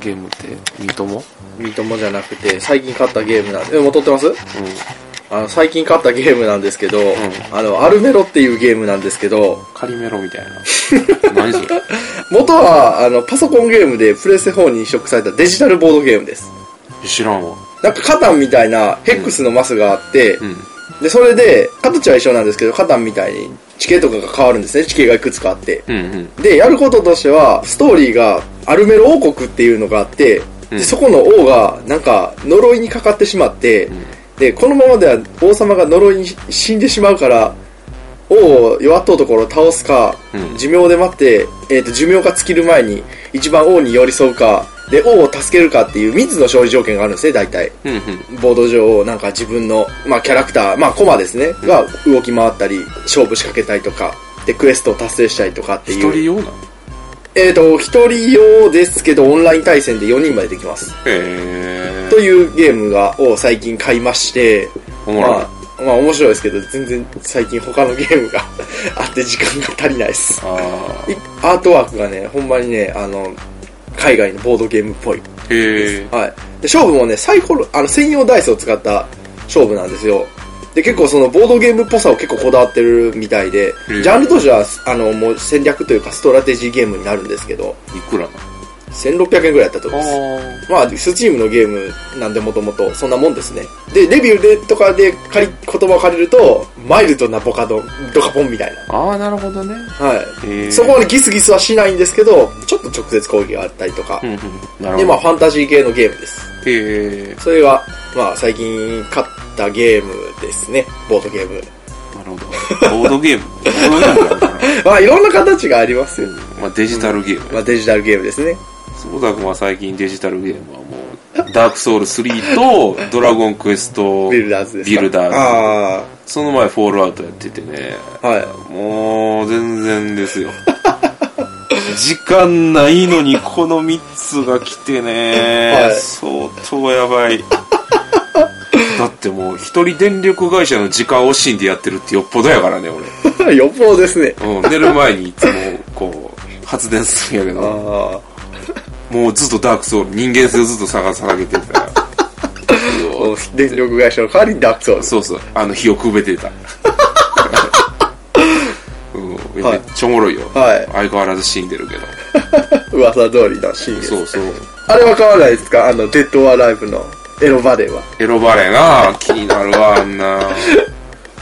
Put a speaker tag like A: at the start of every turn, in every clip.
A: ゲームって、三友
B: 三友じゃなくて、最近買ったゲームなんで、えもう撮ってますあの、最近買ったゲームなんですけど、あの、アルメロっていうゲームなんですけど、
A: カリメロみたいな。何それ
B: 元は、あの、パソコンゲームでプレステ4に移植されたデジタルボードゲームです。
A: 知らんわ。
B: なんか、カタンみたいなヘックスのマスがあって、
A: うん。
B: で、それで、形は一緒なんですけど、カタンみたいに地形とかが変わるんですね。地形がいくつかあって。
A: うんうん。
B: で、やることとしては、ストーリーが、アルメロ王国っていうのがあって、
A: うん
B: で、そこの王が、なんか、呪いにかかってしまって、で、このままでは王様が呪いに死んでしまうから、王を弱っとうところを倒すか、
A: うん
B: 寿命で待って、えっ、と、寿命が尽きる前に、一番王に寄り添うか、で、王を助けるかっていう3つの勝利条件があるんですね、大体。
A: うん
B: ボード上をなんか自分の、まあ、キャラクター、まあ、コマですね、が動き回ったり、勝負仕掛けたりとか、で、クエストを達成したりとかって
A: 一
B: いう。
A: 人用なの
B: えっ、と、一人用ですけど、オンライン対戦で4人までできます。
A: へ
B: というゲームが、を最近買いまして、
A: おもろい
B: まあ、まあ面白いですけど、全然最近他のゲームが あって時間が足りないです。
A: あ
B: いアートワークがね、ほんまにね、あの、海外のボードゲームっぽい。
A: ー。へえ。
B: はい。で、勝負もね、サイコロ、あの、専用ダイスを使った勝負なんですよ。で、結構そのボードゲームっぽさを結構こだわってるみたいで、
A: うん
B: ジャンルとしては、あの、もう戦略というかストラテジーゲームになるんですけど、
A: いくらな
B: 1600円ぐらいやったと思います。
A: あ
B: まあ、スチームのゲームなんでもともと、そんなもんですね。で、レビューでとかで借り、言葉を借りると、マイルドなボカド、ドカポンみたいな。
A: あ。ああ、なるほどね。
B: はい。
A: へえ。
B: そこまでギスギスはしないんですけど、ちょっと直接攻撃があったりとか
A: うん。うん。なる
B: で、
A: ほど
B: まあ、。ファンタジー系のゲームです。
A: へえ。
B: それが、まあ、最近買ったゲームですね。ボードゲーム。
A: なるほど。ボードゲーム。ボードゲームなんかな
B: まあ、いろんな形がありますよ。
A: まあデジタルゲーム
B: まあ、デジタルゲームですね。
A: 坪田君は最近デジタルゲームはもう、ダークソウル3と、ドラゴンクエスト、
B: ビルダーズですか。
A: ビルダーズ
B: あ
A: その前フォールアウトやっててね、
B: あ。は
A: もう、全然ですよ。 時間ないのにこの3つが来てね、
B: はい
A: 相当やばい。 だってもう、一人電力会社の時間を惜しんでやってるってよっぽどやからね、俺。
B: い。 予防ですね。
A: うん、寝る前にいつも、こう、発電するんやけ
B: あ
A: ど。
B: あ。
A: もうずっとダークソウル、人間性をずっと探さ下げてた。うわ
B: 電力会社の代わりにダークソウル。
A: そうそう、あの火をくべてた。 うん、いや
B: は
A: め
B: い
A: っちゃおもろいよ。
B: はい
A: 相変わらず死んでるけど。
B: 噂通りのシーンです。
A: そうそう。
B: あれは変わらないですかあの、デッドアライブのエロバレーは。
A: エロバレが気になるわ、あん な。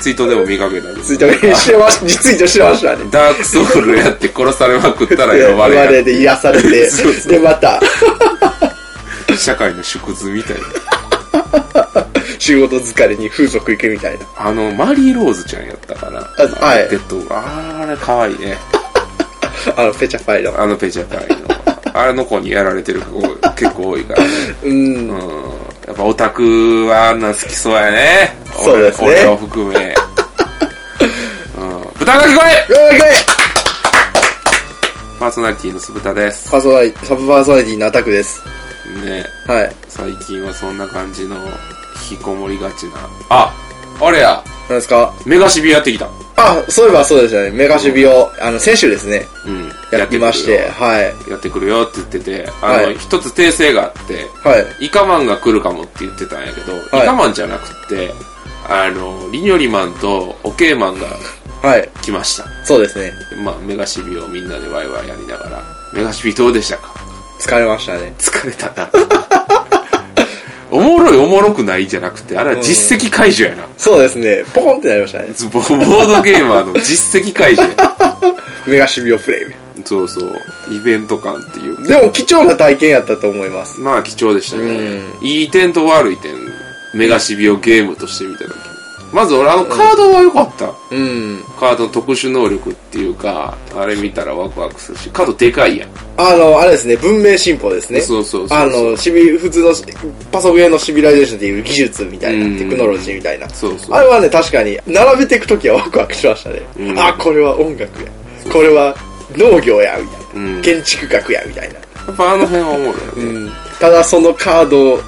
A: ツイートでも見かけたけど
B: ツイートしてました、ツイートしてましたね。
A: ダークソウルやって殺されまくったらエ
B: エ
A: ロ
B: ロバ
A: バ レ
B: レーで癒され て
A: そうそ、う
B: で、また、
A: が社会の縮図みたいな。
B: 仕事疲れに風俗行くみたいな。
A: あの、マリーローズちゃんやったかな。
B: はい
A: デッドあれ可愛いね。
B: あの、ペチャファイの。
A: あのペチャカ イの。あの子にやられてる子結構多いからね。
B: うん
A: う。ん。やっぱオタクはあんなん好きそうやね。
B: そうですね
A: 俺俺を含め。うん。豚が聞こえ
B: よーい
A: パーソナリティの酢豚です。
B: パーソナリサブパーソナリティのアタックです。
A: ね
B: はい。
A: 最近はそんな感じの引きこもりがちな。ああれや
B: なんですか
A: メガシビやってきた。
B: あ、そういえばそうですよね。メガシビを、あの、先週ですね。
A: うん。
B: やってまして、
A: や
B: はい。
A: ってくるよやってくるよって言ってて、あの、
B: はい
A: 一つ訂正があって、
B: はい。
A: イカマンが来るかもって言ってたんやけど、
B: い
A: イカマンじゃなくて、あの、リニョリマンとオケーマンが
B: はい。
A: 来ました。
B: そうですね。
A: でまあ、メガシビをみんなでワイワイやりながら、メガシビどうでしたか
B: 疲れましたね。
A: 疲れ たな。おもろいおもろくないじゃなくて、あれは実績解除やな。
B: そうですね。ポコンってなりましたね。
A: ボボードゲーマーの実績解除や。
B: メガシビをプレイ。
A: そうそう。イベント感っていう。
B: でも貴重な体験やったと思います。
A: まあ貴重でしたね。いい点と悪い点、メガシビをゲームとして見たとき。まず俺あのカードは良かった。
B: うん。
A: カードの特殊能力っていうか、あれ見たらワクワクするし、カードでかいやん。
B: あの、あれですね。文明進歩ですね。
A: そうそうそうそう
B: あの、シビ、普通のシ、パソゲーのシビライゼーションっていう技術みたい
A: うん
B: な、テクノロジーみたいな。
A: そうそう
B: あれはね、確かに、並べていくときはワクワクしましたね。
A: うん
B: あ、これは音楽や。これは農業や、みたいな。
A: うん
B: 建築学や、みたいな。
A: やっぱあの辺はおもろいよね。
B: ただそのカードを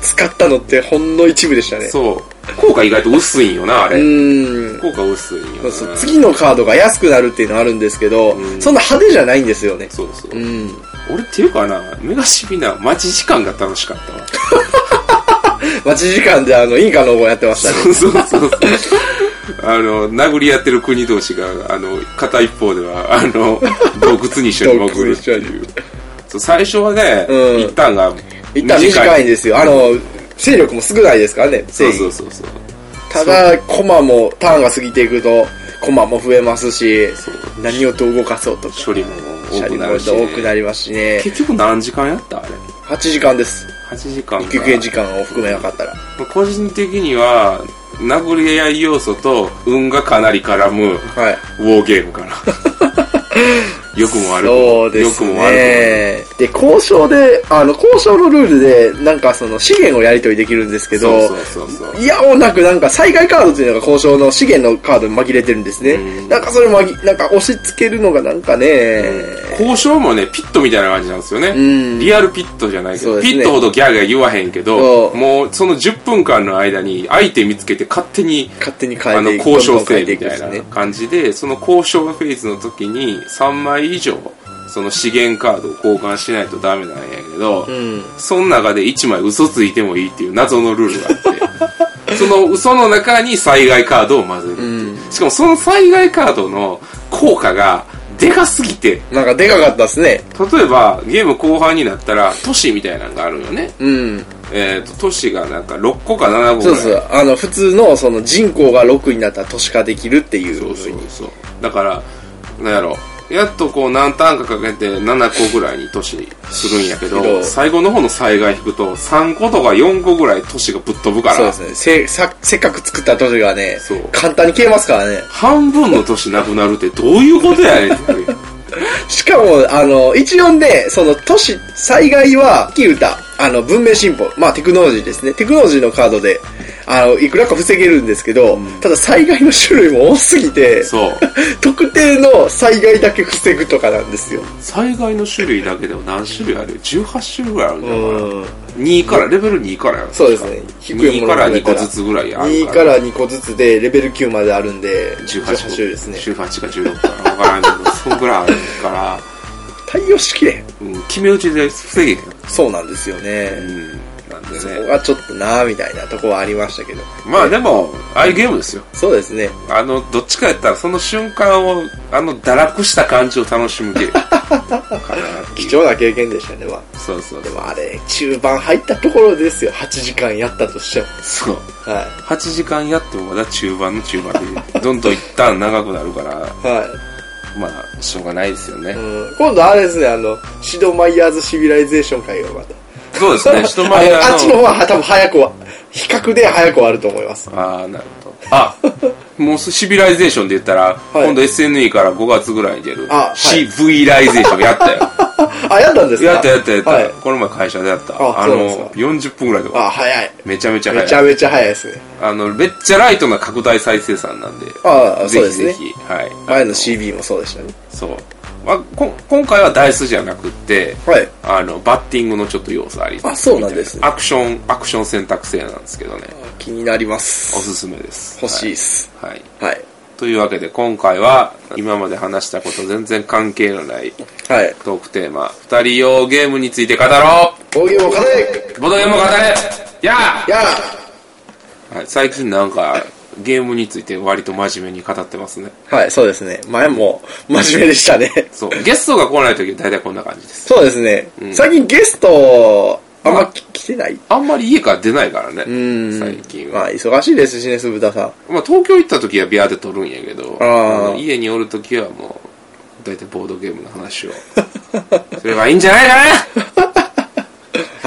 B: 使ったのってほんの一部でしたね。
A: そう。効果意外と薄いんよな、あ
B: う
A: れ。
B: ーん。
A: 効果薄いんよ
B: そ
A: な。
B: うそう次のカードが安くなるっていうのあるんですけど、
A: うん
B: そんな派手じゃないんですよね。
A: そうそう
B: うん。
A: 俺っていうかな、メガシビナ、待ち時間が楽しかったわ。
B: 待ち時間であの、インカの方やってましたね。
A: そうそうそうそう。あの、殴り合ってる国同士が、あの、片一方では、あの、洞窟に一緒に潜るって
B: 洞窟に
A: いう。そう最初はね、
B: うん
A: 一旦が
B: 一旦短いんですよ。あの、勢力も少ないですからね、
A: そ
B: 勢
A: う
B: 力
A: そうそうそう。
B: ただ、コマも、ターンが過ぎていくと、コマも増えますし、何をどう動かそうとか。
A: 処理も多くなるし、
B: 多くなりますしね。
A: 結局何時間やったあれ。
B: 8時間です。
A: 8時間か。
B: 休憩時間を含めなかったら。
A: 個人的には、殴り合い要素と運がかなり絡む
B: はい。
A: ウォーゲームか な。よくも悪くも。
B: そうです
A: 良くも悪
B: ね。で、交渉で、あの、交渉のルールで、なんかその資源をやり取りできるんですけ
A: くも。
B: ど、
A: そうそうそうそう。
B: いやおうなくなんか災害カードというのが交渉の資源のカードに紛れてるんですね。
A: うん
B: なんかそれも紛、なんか押し付けるのがなんかね、
A: 交渉もね、ピットみたいな感じなんですよね。
B: ん
A: リアルピットじゃないけ
B: そ
A: ど、
B: うですね
A: ピットほどギャーギャー言わへんけ
B: そ
A: ど、
B: う
A: もうその10分間の間に相手見つけて勝手に
B: 勝手に
A: あ
B: 変
A: の
B: えていく。
A: 交渉
B: どんどん
A: 制
B: 変えて
A: み
B: いくんで
A: た
B: す
A: いな
B: ね。
A: 感じで、その交渉フェーズの時に3枚以上、その資源カードを交換しないとダメなんやけど、
B: うん。
A: その中で1枚嘘ついてもいいっていう謎のルールがあって、 その嘘の中に災害カードを混ぜるっていう。しかもその災害カードの効果がでかすぎて、
B: なんかでかかったですね。
A: 例えばゲーム後半になったら都市みたいなのがあるよね。
B: うん。
A: えっ、と、都市がなんか6個か7個ぐらい。
B: そうそう。あの、普通のその人口が6になったら都市化できるっていう
A: そうそうそうだからなんやろやっとこう何ターンかかけて7個ぐらいに都市するんやけ
B: けど
A: ど最後の方の災害引くと3個とか4個ぐらい都市がぶっ飛ぶか
B: そうで
A: ら
B: すね。せ、さ、せっかく作った都市がね
A: そう、
B: 簡単に消えますからね。
A: 半分の都市なくなるってどういうことやねんっていう
B: しかも、あの、一音で、その都市、災害は、キウタ、あの、文明進歩、まあテクノロジーですね。テクノロジーのカードで、あの、いくらか防げるんですけど、ただ災害の種類も多すぎて、
A: そう
B: 特定の災害だけ防ぐとかなんですよ。
A: 災害の種類だけでも何種類ある18種類ぐらいあるんだから
B: うん。
A: 2からレベル2からやろ
B: そうですね低いもの
A: 2から2個ずつぐらいある
B: 2
A: か
B: からら2個ずつで、レベル9まであるんで、
A: 18
B: 18種類ですね。
A: 18か16か分からんけどそんぐらいあるから、
B: 対応しきれん。
A: うん、決め打ちで防げへん
B: そうなんですよね。
A: うんなん
B: そ
A: で
B: こ
A: ね。
B: がちょっとなぁ、みたいなとこはありましたけど。
A: まあでも、ああいうゲームですよ。
B: そうですね。
A: あの、どっちかやったら、その瞬間を、あの、堕落した感じを楽しむゲーム。かなってい
B: 貴
A: う
B: 重な経験でしたね、まあ。
A: そうそう
B: で。もあれ、中盤入ったところですよ。8時間やったとしても。
A: そう。
B: は
A: 8時間やってもまだ中盤の中盤で、どんどん一旦長くなるから、
B: い。は
A: まあ、しょうがないですよね
B: い。う。ん、今度あれですね、あの、シドマイヤーズシビライゼーション会がまた。
A: そうですね、人前
B: あのあっちの
A: の。
B: 方は多分早くは、比較で早く終わると思います。
A: ああ、なるほど。あ、もうシビライゼーションで言ったら、
B: い
A: 今度 SNE から5月ぐらいに出る
B: あは、い
A: シビライゼーションや ったよ。
B: あ、やったんですか
A: やったやったやった。
B: はい。
A: この前会社でやった。
B: あ
A: あ
B: そうなんですか
A: の、40分ぐらいとか。
B: あ、早い。
A: めちゃめちゃ
B: めち
A: 早
B: ゃ
A: い。
B: めちゃ早いですね。
A: あの、めっちゃライトな拡大再生産なんで。
B: ああ
A: ぜ
B: そ
A: ひ
B: うですね
A: ぜひ。はい。
B: 前の CB もそうでしたね。
A: そう。まあ、こ今回はダイスじゃなくって、
B: はい。
A: あの、バッティングのちょっと要素あり
B: あそうなんです
A: み
B: ね
A: たいアクション、アクション選択制なんですけどね。
B: 気になりま
A: お
B: す。
A: すすめです。
B: 欲しいっす。
A: はい。はい。
B: はい。
A: というわけで今回は、今まで話したこと全然関係のない
B: はい。
A: トークテーマ、二人用ゲームについて語ろ
B: 大ゲームを勝て
A: うボードゲームを語れやあ
B: や
A: はい、最近なんか、ゲームについて割と真面目に語ってますね。
B: あはい、そうですね。前も真面目でしたね。
A: そう。ゲストが来ないとき大体こんな感じです。
B: そうですね。最近ゲスト、あんまき来てない
A: あんまり家から出ないからね。
B: ん
A: 最近
B: ま
A: は。
B: あ、忙しいですしね、酢豚さん。
A: まあ東京行ったときはビアで撮るんやけど、
B: あー
A: の家におるときはもう、大体ボードゲームの話 を。すればいいんじゃないか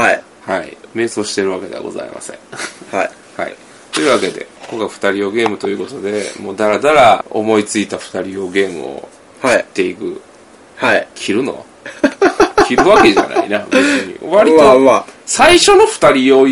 B: はい。
A: なはい。瞑想してるわけではございません。
B: はい。
A: はい。というわけで、今回二人用ゲームということで、もうだらだら思いついた二人用ゲームを
B: はい
A: やっ。ていく
B: はい。
A: 切る の切るわけじゃないな別に割
B: まあ
A: と
B: まあ。
A: 最初の二人用ゲ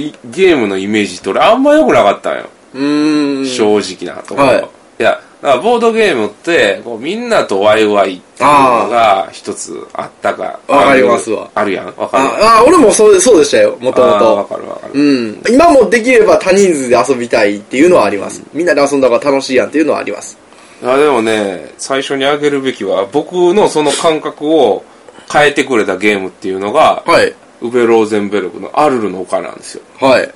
A: ームのイメージって俺あんま良くなかったんよ、
B: うーん。
A: 正直なところ、
B: はい
A: い、やだからボードゲームってこうみんなとワイワイっていうのが一つあったか
B: わかりますわ
A: あるやんわかるやん
B: あ、あ、俺もそうで、そうでしたよ、もとも
A: あーわ
B: と。
A: かるわかる、
B: うん。今もできれば他人数で遊びたいっていうのはあります。みんなで遊んだ方が楽しいやんっていうのはあります。
A: あでもね最初に挙げるべきは僕のその感覚を変えてくれたゲームっていうのが、
B: はい。
A: ウベ・ローゼンベルクのアルルの丘なんですよ。
B: はい。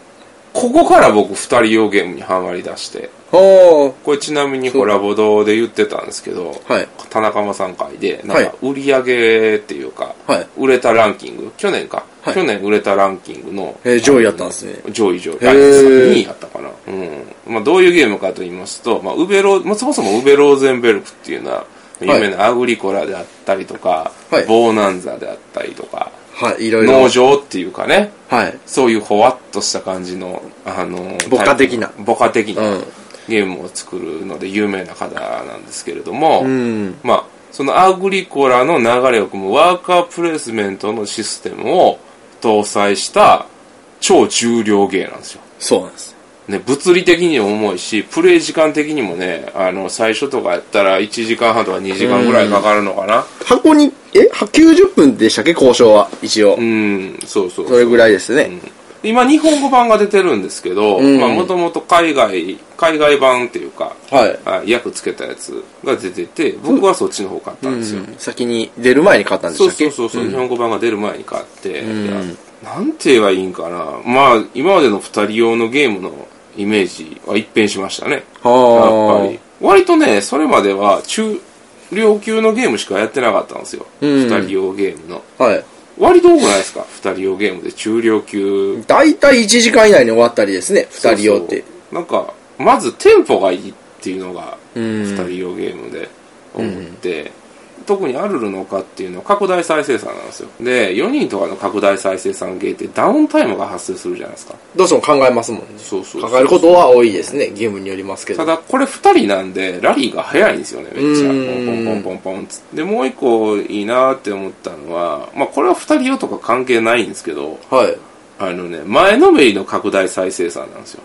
A: ここから僕二人用ゲームにハマり出して、
B: おー。
A: これちなみにコラボ堂で言ってたんですけど、
B: はい
A: 田中間さん会で、なん
B: はい
A: か売り上げっていうか、
B: はい
A: 売れたランキング、去年か、
B: はい
A: 去年売れたランキングの、
B: えー上位やったんですね
A: 上位上位。
B: ー
A: 2位やったかな。うん。まあどういうゲームかと言いますと、まあウベロー、まあそもそもウベローゼンベルクっていうのは、有名なアグリコラであったりとか、
B: はい
A: ボーナンザであったりとか、
B: はい、いろいろ
A: 農。場っていうかね、
B: はい。
A: そういうほわっとした感じの、あの、
B: ボカ的な
A: ボカ的な
B: うん
A: ゲームを作るので有名な方なんですけれども、
B: うん。
A: まあ、そのアグリコラの流れを組むワーカープレイスメントのシステムを搭載した超重量ゲーなんですよ。
B: そうなんです。
A: ね、物理的にも重いし、プレイ時間的にもね、あの、最初とかやったら1時間半とか2時間ぐらいかかるのかな。
B: 箱に、えは ?90 分でしたっけ交渉は。一応
A: う。ん、そうそう
B: それぐらいですね。
A: 今日本語版が出てるんですけど
B: ん
A: もともと海外海外版っていうか、
B: はい
A: あ訳つけたやつが出てて僕はそっちの方買ったんですよ、
B: うん先に出る前に買ったんでし
A: そう
B: たっけ
A: そうそうそう、日本語版が出る前に買って、いやなんて言えばいいんかなまあ今までの2人用のゲームのイメージは一変しましたね
B: はあ
A: やっぱり割とねそれまでは中量級のゲームしかやってなかったんですよ、
B: うん
A: 2人用ゲームの
B: はい。
A: 割と多くないですか2人用ゲームで中量級
B: だいたい1時間以内に終わったりですね。二人用って。
A: そうそうなんかまずテンポがいいっていうのが
B: うん
A: 2人用ゲームで思って、特に「アルルの丘」っていうのは拡大再生産なんですよで4人とかの拡大再生産ゲーってダウンタイムが発生するじゃないですか
B: どうしても考えますもんね。
A: そうそうそう
B: 考えることは多いですね。ゲームによりますけど。
A: ただこれ2人なんでラリーが早いんですよねめっちゃ
B: うん
A: ポンポンポンポンポンつってでもう一個いいなって思ったのはまあこれは2人用とか関係ないんですけど
B: はい。
A: あのね前のめりの拡大再生産なんですよ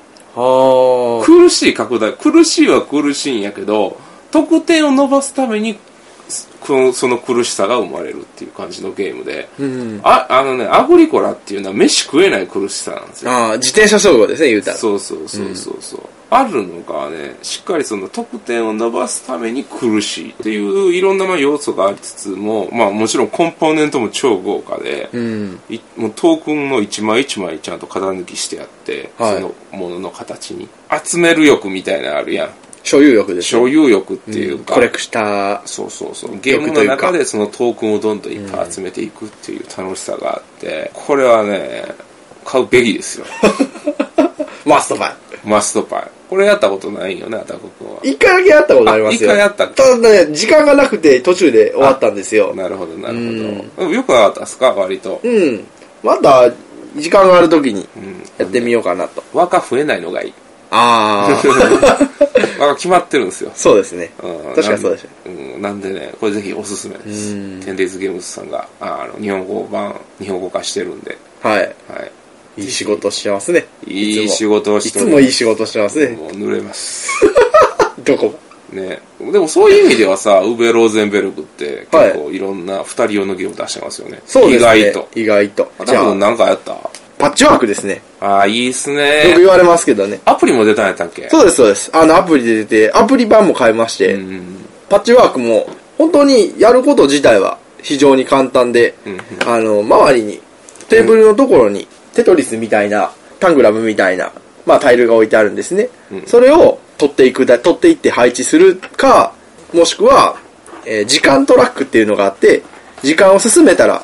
B: は
A: 苦しい拡大苦しいは苦しいんやけど得点を伸ばすためにすこのその苦しさが生まれるっていう感じのゲームで、
B: ん
A: ああのねアグリコラっていうのは飯食えない苦しさなんですよ
B: あ。ああ、自転車操業ですね、言うたら。
A: そうそうそうそうそう、あるのかはねしっかりその得点を伸ばすために苦しいっていういろんなまあ要素がありつつもまあもちろんコンポーネントも超豪華で、
B: うん。
A: いもうトークンの一枚一枚ちゃんと型抜きしてあって、
B: はい
A: そのものの形に集める欲みたいなのあるやん
B: 所有欲ですね。
A: 所有欲っていうか、
B: コレクター。
A: そうそうそうゲームの中でそのトークンをどんどんいっぱい集めていくっていう楽しさがあってこれはね買うべきですよ
B: マストバイ。
A: マストパイこれやったことないよねアタク君は
B: 一回だけやったことありますよ。
A: あ一回やったっけ
B: ただね、時間がなくて途中で終わったんですよ。
A: なるほどなるほど、よくなかったですか割と、
B: うん。また、時間があるときに
A: うん、
B: やってみようかなと。
A: 若増えないのがいい
B: ああ、
A: 若決まってるんですよ
B: そうですね。
A: うん
B: 確かにそうでし
A: なんうん、なんでねこれぜひおすすめです
B: うん
A: テンデイズゲームズさんがああの日本語版日本語化してるんで、
B: た。はい。
A: はい、
B: いい仕事してますね。
A: いい
B: つも
A: 仕事を
B: い
A: して
B: つもいい仕事してますね。
A: もう濡れます
B: どこ
A: ね、でもそういう意味では さ、ウベ・ローゼンベルクって
B: はい
A: 結構いろんな二人用のゲーム出してますよね。
B: そうですね。
A: 意外と。。
B: 意外と。
A: あ、
B: じゃ
A: 多分
B: あ、
A: なんかやった
B: パッチワークですね。
A: ああ、いいっす
B: よく
A: ね。
B: 言われますけどね。
A: アプリも出たんやったっけ
B: そうです、そうです。あの、アプリで出て、アプリ版も変えまして、
A: うんうん
B: パッチワークも、本当にやること自体は非常に簡単で、
A: うんうん
B: あの、周りに、テーブルのところに、テトリスみたいな、タングラムみたいな、まあ、タイルが置いてあるんですね。
A: うん
B: それを取っていくだ、取っていって配置するか、もしくは、えー時間トラックっていうのがあって、時間を進めたら、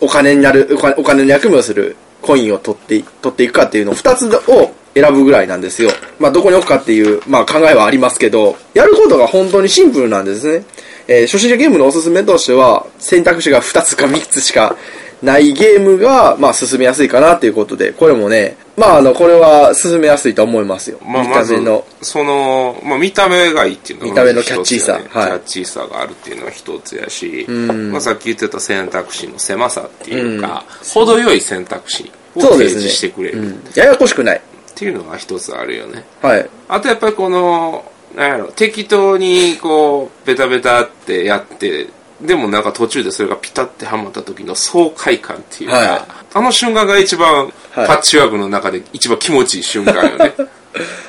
B: お金になる、お金お金の役目をするコインを取ってい、取っていくかっていうのを2つを選ぶぐらいなんですよ。まあ、どこに置くかっていう、まあ、考えはありますけど、やることが本当にシンプルなんですね。えー初心者ゲームのおすすめとしては、選択肢が2つか3つしかないゲームが、まあ、進めやすいかなということで、これもね、まあ、あの、これは進めやすいと思いますよ。
A: まあ、
B: 見
A: ま
B: た
A: ず
B: 目の。、
A: その、まあ、見た目がいいっていうのが
B: 見た目のキャッチー
A: 一
B: さ
A: つやね
B: はい
A: キャッチーさがあるっていうのは一つやし、まあ、さっき言ってた選択肢の狭さっていうか、程よい選択肢を
B: そう
A: 提
B: ですね。
A: 示してくれ
B: う
A: る
B: んややこしくない。
A: っていうのが一つあるよね。
B: はい。
A: あとやっぱりこの、なんやろ、適当にこう、ベタベタってやって、でもなんか途中でそれがピタってはまった時の爽快感っていうか、
B: はい
A: あの瞬間が一番、パ
B: はい
A: ッチワークの中で一番気持ちいい瞬間 よね。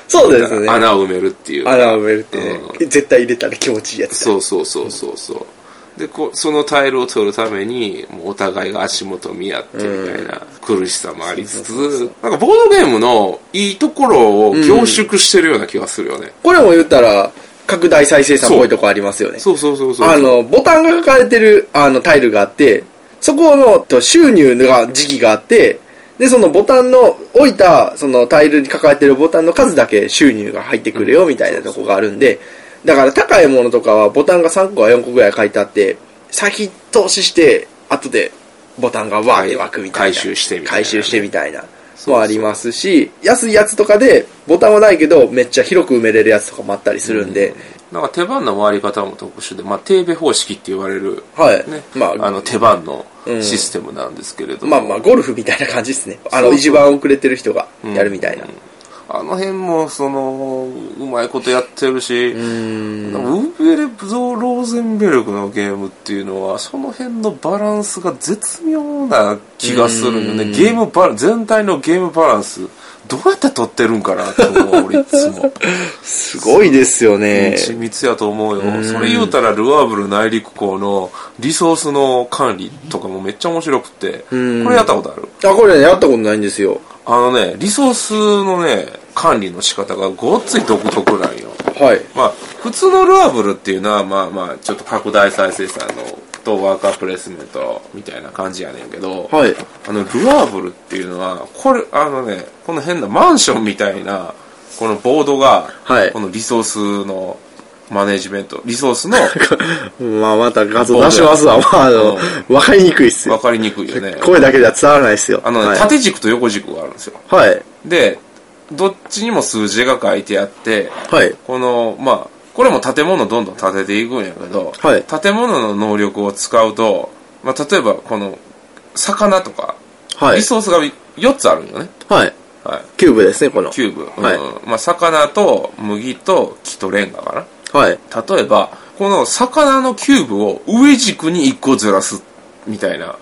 B: そうですね。穴
A: 穴を埋めるっていう。
B: を埋めるってね、絶対入れたら気持ちいいやつだ。
A: そうそうそうそうそう。でこそのタイルを取るためにもうお互いが足元見合ってみたいな苦しさもありつつなんかボードゲームのいいところを凝縮してるような気がするよね、
B: これも言ったら、拡大再生産っぽいとこありますよね。
A: そうそうそうそう
B: あの、ボタンが書かれてる、あの、タイルがあって、そこのと収入が時期があって、で、そのボタンの、置いた、そのタイルに書かれてるボタンの数だけ収入が入ってくるよ、みたいなとこがあるんで、だから高いものとかはボタンが3個か4個ぐらい書いてあって、先投資して、後でボタンがわーって湧くみたい
A: 回
B: な。
A: 収してみたいな
B: 回収してみたいな。
A: そうそう
B: もありますし、安いやつとかで、ボタンはないけど、めっちゃ広く埋めれるやつとかもあったりするんで、
A: なんか手番の回り方も特殊で、まあ、テーベ方式って言われる、
B: はい
A: ね
B: ま
A: ま
B: あ
A: あ、あの手番のシステムなんですけれども、
B: まあまあ、ゴルフみたいな感じですね。
A: そ
B: あ
A: う
B: の、
A: そう
B: 一番遅れてる人がやるみたいな。
A: あの辺もそのうまいことやってるし、なんかウーベレ・ゾー・ローゼンベルクのゲームっていうのはその辺のバランスが絶妙な気がするよねゲームバラン全体のゲームバランスどうやって取ってるんかなと思う俺いつ も
B: すごいですよね
A: 緻密やと思うよ、それ言うたらルアーブル内陸港のリソースの管理とかもめっちゃ面白くて、
B: うん
A: これやったことある
B: あ、これね、やったことないんですよ。
A: あのねリソースのね管理の仕方がごっつい独特なんよ
B: はい。
A: まあ、普通のルアブルっていうのは、まあまあ、ちょっと拡大再生産のとワーカープレイスメントみたいな感じやねんけど、
B: はい。
A: あの、ルアーブルっていうのは、これ、あのね、この変なマンションみたいな、このボードが、
B: はい
A: このリソースのマネジメント、リソース の、
B: まあ、また画像出しますわ。まあ、あの、わかりにくいっす
A: わ
B: よ。
A: かりにくいよね。
B: 声だけでは伝わらないっすよ。
A: あのね、
B: はい、
A: 縦軸と横軸があるんですよ。
B: はい。
A: で、どっちにも数字が書いてあって、
B: はい。
A: このまあこれも建物どんどん建てていくんやけど、
B: はい
A: 建物の能力を使うと、まあ、例えばこの魚とか、
B: はい
A: リ。ソースが4つあるんよね、
B: はい。
A: はい、
B: キューブですね、この。
A: キューブ、
B: はい
A: うんまあ、魚と麦と木とレンガか
B: はい。
A: な例えばこの魚のキューブを上軸に1個ずらすみたいな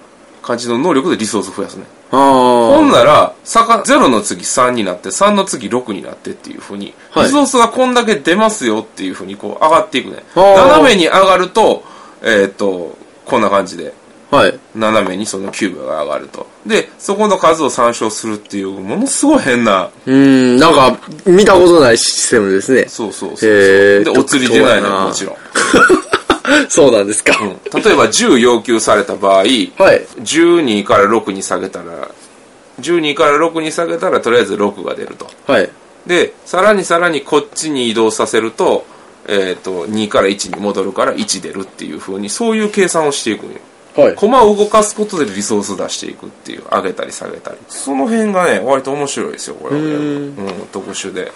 A: 感じの能力でリソース増やすね
B: あ
A: ほん
B: ー。
A: なら、坂、0の次3になって、3の次6になってっていう風に、
B: はい
A: リソースがこんだけ出ますよっていう風にこう上がっていくね。
B: あー
A: 斜めに上がると、えーっと、こんな感じで、
B: はい。
A: 斜めにそのキューブが上がると。で、そこの数を参照するっていう、ものすごい変な、
B: うーん、なんか、見たことないシステムですね。
A: そうそうそうそう。
B: へー
A: で、お釣り出ないの
B: 独特やな
A: はもちろん。
B: そうなんですか。
A: うん例えば10要求された場合、
B: はい。
A: 12から6に下げたら、12から6に下げたら、とりあえず6が出ると。
B: はい。
A: でさらにさらにこっちに移動させると,、えー、と2から1に戻るから1出るっていう風にそういう計算をしていくんよ
B: はい。
A: 駒を動かすことでリソース出していくっていう上げたり下げたりその辺がね割と面白いですよこれはうん特殊で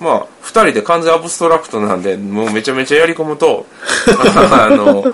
A: まあ2人で完全アブストラクトなんでもうめちゃめちゃやり込むと あの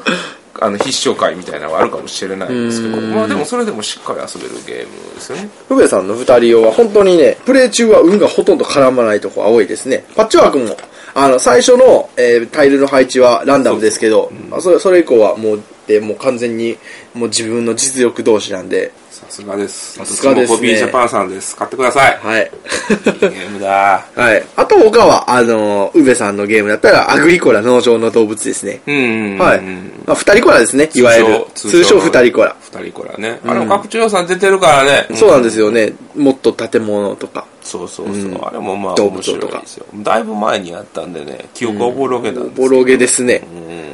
A: あの必勝会みたいなのがあるかもしれないんですけどまあでもそれでもしっかり遊べるゲームですよね
B: ふべさんの二人用は本当にね、プレイ中は運がほとんど絡まないとこが多いですね。パッチワークも、あの、最初の、えータイルの配置はランダムですけど、あそれそれ以降はもう、でもう完全にもう自分の実力同士なんで、
A: さすがですさ
B: すがですね
A: コピージャパンさんです買ってください
B: はい。
A: ゲームだ。
B: はい。あと他は、あの、うべさんのゲームだったら、アグリコラ農場の動物ですね。
A: うんうんうん。
B: はい。まあ、二人コラですね、いわゆる。通称二人コラ。
A: 二人こらね。あれも拡張予算出てるからね。
B: そうなんですよね。もっと建物とか。
A: そうそうそう。あれもまあ
B: 動
A: 面
B: 物と
A: 白
B: か
A: いですよ。だいぶ前にやったんでね、記憶はおぼろげなんです
B: ボロゲですね。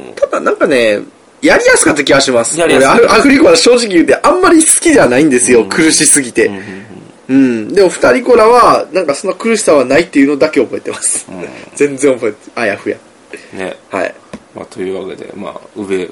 A: うん。
B: ただなんかね、やりやすかった気がします。
A: やりやすい
B: 俺、アアグリコラ正直言うて、あんまり好きじゃないんですよ、苦しすぎて。うん。でも、二人コラは、なんかそんな苦しさはないっていうのだけ覚えてます。 全然覚えて、あやふや。
A: ね。
B: はい。
A: まあというわけで、まあ、宇部、
B: い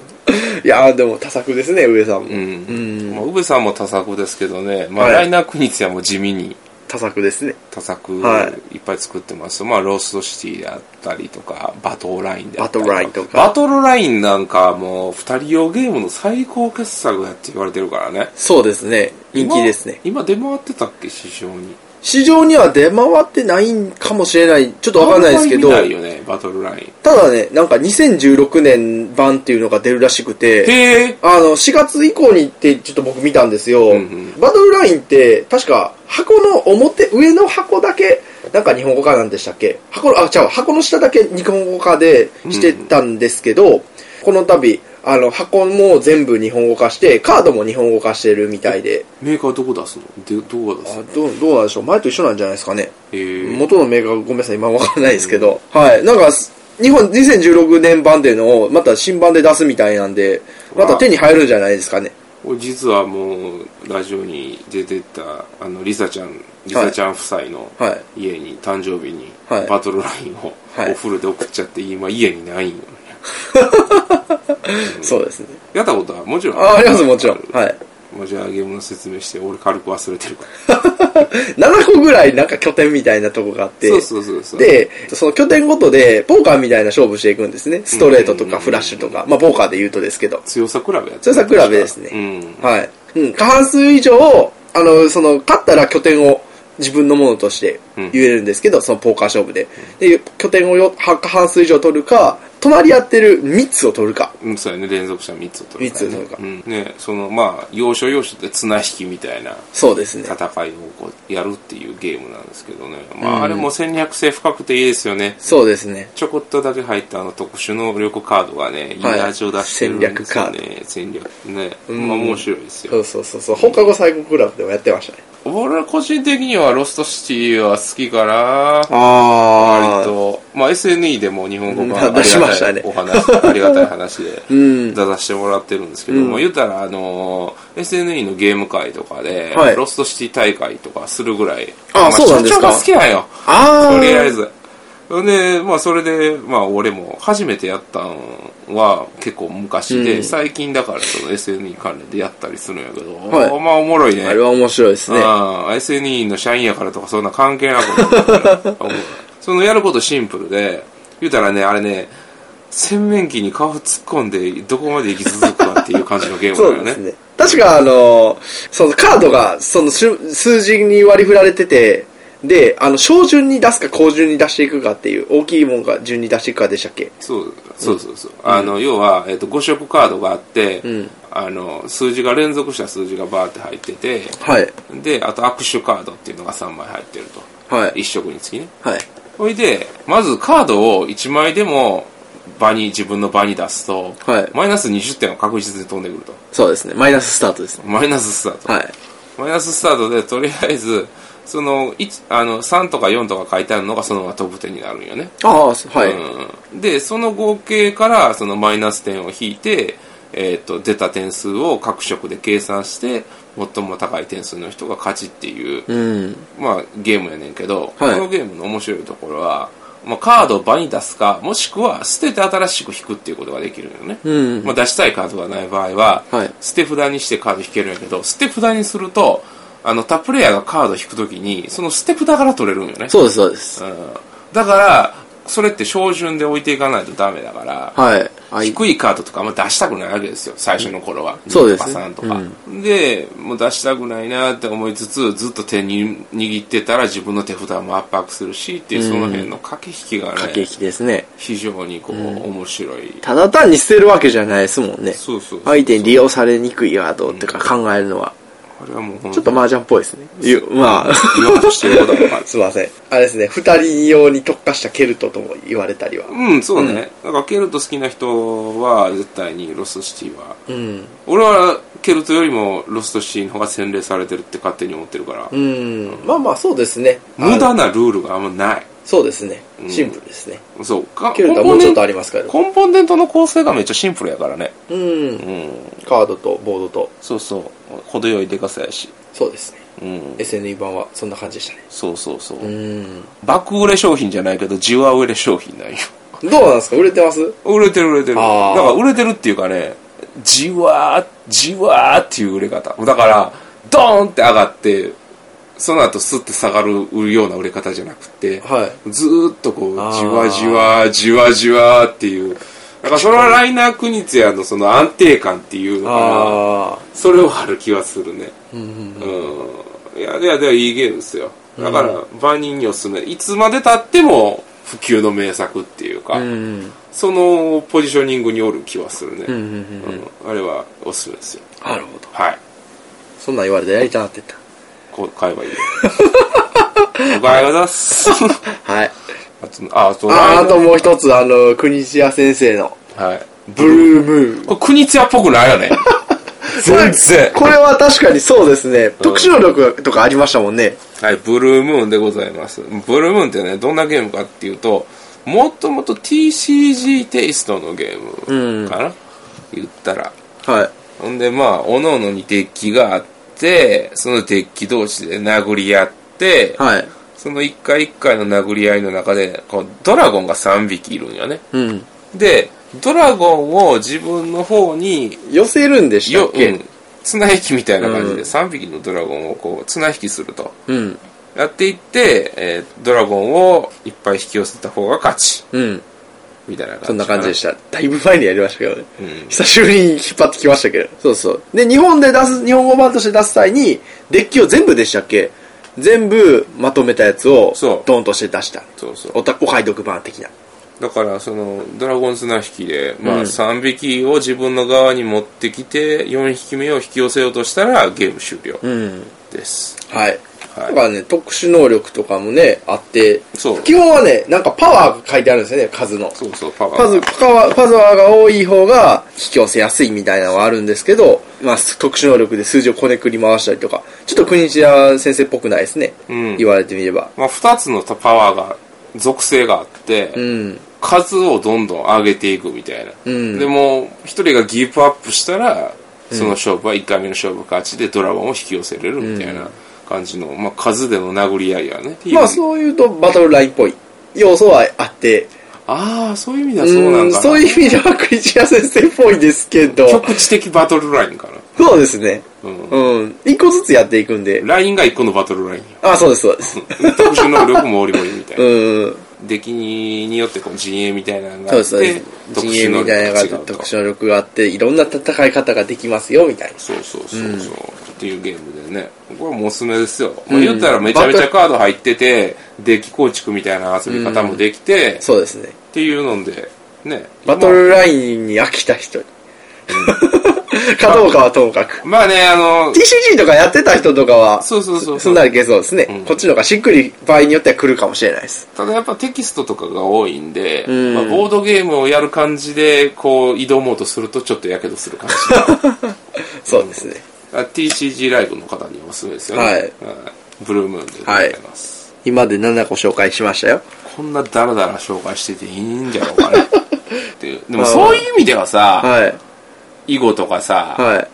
B: やー、でも多作ですね、上さんも。
A: うん。まあ、宇部さんも多作ですけどね、まあ、
B: はい
A: ライナー・クニツヤも地味に
B: 多作ですね。
A: 多作
B: はい
A: っぱい作ってます。まあ、ローストシティであったりとか、バトルラインであったり
B: バトルラインとか
A: バトルラインなんかはもう、二人用ゲームの最高傑作やって言われてるからね。
B: そうですね。人気ですね。
A: 今今出回ってたっけ市場に
B: 市場には出回ってないんかもしれない。ちょっとわかんないですけど
A: あん、まり見ないよねバトルライン
B: ただね、なんか2016年版っていうのが出るらしくて、
A: へえ
B: あの、4月以降にって、ちょっと僕見たんですよ。
A: ん
B: バトルラインって、確か、箱の表、上の箱だけ、なんか日本語化なんでしたっけ箱の、あ、違う、箱の下だけ日本語化でしてたんですけど、この度、あの、箱も全部日本語化して、カードも日本語化してるみたいで。
A: メーカーどこ出すのでどこが出す
B: あ
A: の
B: どう、どうなんでしょう前と一緒なんじゃないですかね。
A: えー、
B: 元のメーカーごめんなさい、今わからないですけど。はい。なんか、日本2016年版でのをまた新版で出すみたいなんで、また手に入るんじゃないですかね。
A: 俺実はもうラジオに出てたあのリサちゃんリサちゃん夫妻の
B: はい
A: 家に誕生日に
B: はい
A: バトルラインを
B: はい
A: お風呂で送っちゃって今家にないんよね
B: そうですね。
A: やったことはもちろん
B: あ、あります、もちろん。はい。
A: もうじゃあゲームの説明して俺軽く忘れてるから
B: 7個ぐらいなんか拠点みたいなとこがあって、
A: そうそうそうそう
B: で、その拠点ごとで、ポーカーみたいな勝負していくんですね。ストレートとかフラッシュとか、まあ、ポーカーで言うとですけど。
A: 強さ比べやって
B: 強さ比べですね
A: うん
B: はい。うん、過半数以上、あの、その、勝ったら拠点を自分のものとして
A: うん
B: 言えるんですけど、そのポーカー勝負で。で、拠点をよは過半数以上取るか、隣り合ってる3つを取るか。
A: うん、そうやね連続した3つを取るから、ね、
B: 三つを取るか
A: うん、ねそのまあ要所要所で綱引きみたいな
B: そうですね。
A: 戦いをこうやるっていうゲームなんですけどね、まあ、あれも戦略性深くていいですよね、
B: そうですね。
A: ちょこっとだけ入ったあの特殊能力カードがね、いい味を出してるんですよね。戦略ね。まあ面白いです
B: そ
A: よ。
B: うそうそうそう。放課後最後クラブでもやってましたね。
A: 俺は個人的にはロストシティは好きから、
B: あ
A: 割と、まあ SNE でも日本語版
B: うん
A: あり
B: 出しま
A: が
B: した
A: たい
B: ね
A: お話、 ありがたい話で
B: ん
A: 出させてもらってるんですけども、言うたらあの、SNE のゲーム会とかで
B: は、い
A: ロストシティ大会とかするぐらい、
B: あ
A: ま
B: そうなんです
A: 社長
B: か
A: が好きなんよ。
B: あー
A: とりあえず。で、まあ、それで、まあ、俺も初めてやったんは結構昔で、
B: うん
A: 最近だからその SNE 関連でやったりするんやけど、
B: はい
A: まあ、おもろいね。
B: あれは面白いですね。
A: ああ SNE の社員やからとかそんな関係なく そのやることシンプルで、言うたらね、あれね、洗面器に顔突っ込んでどこまで行き続くかっていう感じのゲーム
B: そ
A: だ
B: う
A: よ
B: で
A: ね。
B: すね。確か、あのーそのカードが、その数数字に割り振られてて、で、あの、小順に出すか、高順に出していくかっていう、大きいもんが順に出していくかでしたっけ
A: そうそうそうそう、あの要は、えっと5色カードがあって、
B: ん
A: あの数字が連続した数字がバーって入ってて
B: はい。
A: であと握手カードっていうのが3枚入ってると、
B: はい
A: 1色につきね
B: はい。
A: ほいでまずカードを1枚でも場に自分の場に出すと、
B: はい
A: マイナス20点は確実に飛んでくると
B: そうですね。マイナススタートですね。
A: マイナススタート、
B: はい。
A: マイナススタートでとりあえずその一あの3とか4とか書いてあるのがそのままトップ10になるんよね
B: ああ、はい。
A: うんでその合計からそのマイナス点を引いて、えー、と出た点数を各色で計算して最も高い点数の人が勝ちっていう、
B: うん。
A: まあ、ゲームやねんけど、
B: はい
A: このゲームの面白いところは、まあ、カードを場に出すかもしくは捨てて新しく引くっていうことができるよね、
B: うん
A: まあ、出したいカードがない場合は、
B: はい
A: 捨て札にしてカード引けるんやけど捨て札にするとあの他プレイヤーがカード引くときにその捨て札から取れるんよね
B: そうです、そうです。
A: うんだから、それって照準で置いていかないとダメだから、
B: はい。はい。
A: 低いカードとかあんま出したくないわけですよ、最初の頃は。
B: そうですね
A: 2とか3とか、で、もう出したくないなって思いつつ、ずっと手に握ってたら自分の手札も圧迫するし、っていうその辺の駆け引きが
B: 駆け
A: ね
B: 引、きですね。
A: 非常にこう、面白い。
B: ただ単に捨てるわけじゃないですもんね。
A: そうそうそう
B: 相手に利用されにくいワードとか考えるのは、
A: あれはもうほん
B: ちょっと麻雀っぽいですね。いうまあ。
A: 言わんとしてることだから。
B: すいません。あれですね、二人用に特化したケルトとも言われたりは。
A: うん、そうね。だから、ケルト好きな人は、絶対にロストシティは
B: うん。
A: 俺はケルトよりもロストシーンの方が洗礼されてるって勝手に思ってるから、
B: うん。まあまあ、そうですね。
A: 無
B: あ
A: 駄
B: の
A: なルールがあんまない
B: そうですね。
A: うん
B: シンプルですね。
A: そうか
B: ケルトはもうちょっとありますから。
A: コンポーネントの構成がめっちゃシンプルやからね
B: うん。
A: うん
B: カードとボードと。
A: そうそう程よいでかさやし
B: そうですね。
A: うん
B: SNE 版はそんな感じでしたね。
A: そうそうそう、
B: うん。
A: 爆売れ商品じゃないけどじわ売れ商品なんよ
B: どうなんですか売れてます
A: 売れてる売れてるだ
B: あー
A: から売れてるっていうかねじわーじわーっていう売れ方だからドーンって上がってその後スッて下がる売るような売れ方じゃなくて、
B: はい。
A: ずーっとこう
B: あー
A: じわじわじわじわっていうだからそれはライナー・クニツヤのその安定感っていうのか
B: あ
A: なそれはある気はするね
B: あ。うん。
A: うんいやいやではいいゲームですよだから万人におすすめいつまでたっても普及の名作っていうか、
B: うん。
A: そのポジショニングにおる気はするね、
B: うんうんうん
A: うんあれはおすすめですよ
B: なるほど。
A: はい
B: そんなん言われてやりたなって言っ
A: こう買えばいいよ おかえりなさいます
B: た。はい。
A: あとああと
B: あーあともう一つ、あの、国千谷先生の
A: はい
B: ブルームーン。
A: これ国津屋っぽくないよ ね。全然。
B: これは確かにそうですね。特殊能力とかありましたもんね。
A: はい、ブルームーンでございます。ブルームーンってね、どんなゲームかっていうと、もともと TCG テイストのゲームかな、言ったら。
B: はい。
A: ほんで、まあ、おのおのにデッキがあって、そのデッキ同士で殴り合って、
B: はい。
A: その一回一回の殴り合いの中で、こうドラゴンが3匹いるんよね。
B: うん。
A: で、ドラゴンを自分の方に、
B: 寄せるんでした
A: よ
B: っ、け
A: うん綱引きみたいな感じ
B: うん
A: で3匹のドラゴンをこう綱引きすると。
B: うん。
A: やっていって、えードラゴンをいっぱい引き寄せた方が勝ち。
B: うん。
A: みたいな感じ。
B: そんな感じで
A: し
B: した。だいぶ前にやりましたけどね。
A: た。うん。
B: 久しぶりに引っ張ってきましたけど。そうそう。で、日本で出す、日本語版として出す際に、デッキを全部でしたっけ全部まとめたやつを、
A: そう
B: ドンとして出した。
A: そうそう。
B: おたお買い得版的な。
A: だからそのドラゴン綱引きで、ま
B: うん
A: あ、3匹を自分の側に持ってきて4匹目を引き寄せようとしたらゲーム終了
B: うん。
A: です、
B: は
A: は
B: い。
A: い
B: だからね、特殊能力とかもね、あって、
A: そう
B: 基本はね、なんかパワーが書いてあるんですよね、数の。
A: そうそうパワー
B: パズ、パワー、パワーが多い方が引き寄せやすいみたいなのはあるんですけど、まあ、特殊能力で数字をこねくり回したりとか、ちょっと国知屋先生っぽくないですね。
A: うん
B: 言われてみれば。
A: まあ、2つのパワーが属性があって、
B: うん。
A: 数をどんどん上げていくみたいな、
B: うん
A: でも1人がギブアップしたらその勝負は1回目の勝負勝ちでドラゴンを引き寄せれるみたいな感じの、まあ、数での殴り合いやね
B: まあ、そういうとバトルラインっぽい要素はあって、
A: ああそういう意味ではそうなん
B: ん
A: かな
B: そういう意味では国知屋先生っぽいですけど、
A: 局地的バトルラインかな
B: そうですね。
A: うん
B: うん。一個ずつやっていくんで。
A: ラインが一個のバトルラインや
B: あ、そうです、そうです。
A: 特殊能力もおりもりみたいな。
B: うん。
A: 出来によってこう陣営みたいなのが
B: そ
A: あ
B: う
A: っ
B: そうで
A: て
B: す、。
A: 特
B: 陣
A: 殊
B: 営
A: 能
B: み
A: 力が
B: たいな
A: 違
B: の
A: う
B: が
A: と
B: 特。殊能力があって、いろんな戦い方ができますよ、みたいな。
A: そうそうそうそう、っていうゲームでね。これはもうおすすめですよ。まあ、言ったらめちゃめちゃカード入ってて、デッキ構築みたいな遊び方もできて、
B: そうですね。
A: っていうので、ね。
B: バトルラインに飽きた人に。かどうかはともかく。
A: まあまあね、あの、
B: TCG とかやってた人とかは、
A: そうそうそう
B: すんなりいけそうですね。
A: うん
B: こっちの方がしっくり場合によっては来るかもしれないです。
A: ただやっぱテキストとかが多いんで、
B: うん
A: まあ、ボードゲームをやる感じで、こう、挑もうとするとちょっとやけどする 感じが
B: そうですね。
A: あ TCG ライブの方におすすめですよね。
B: はい
A: ブルームーンでございます。
B: 今まで7個紹介しましたよ。
A: こんなダラダラ紹介してていいんじゃろうかね。っていうでもそういう意味ではさ、
B: はい。
A: 囲碁とかさ、
B: はい。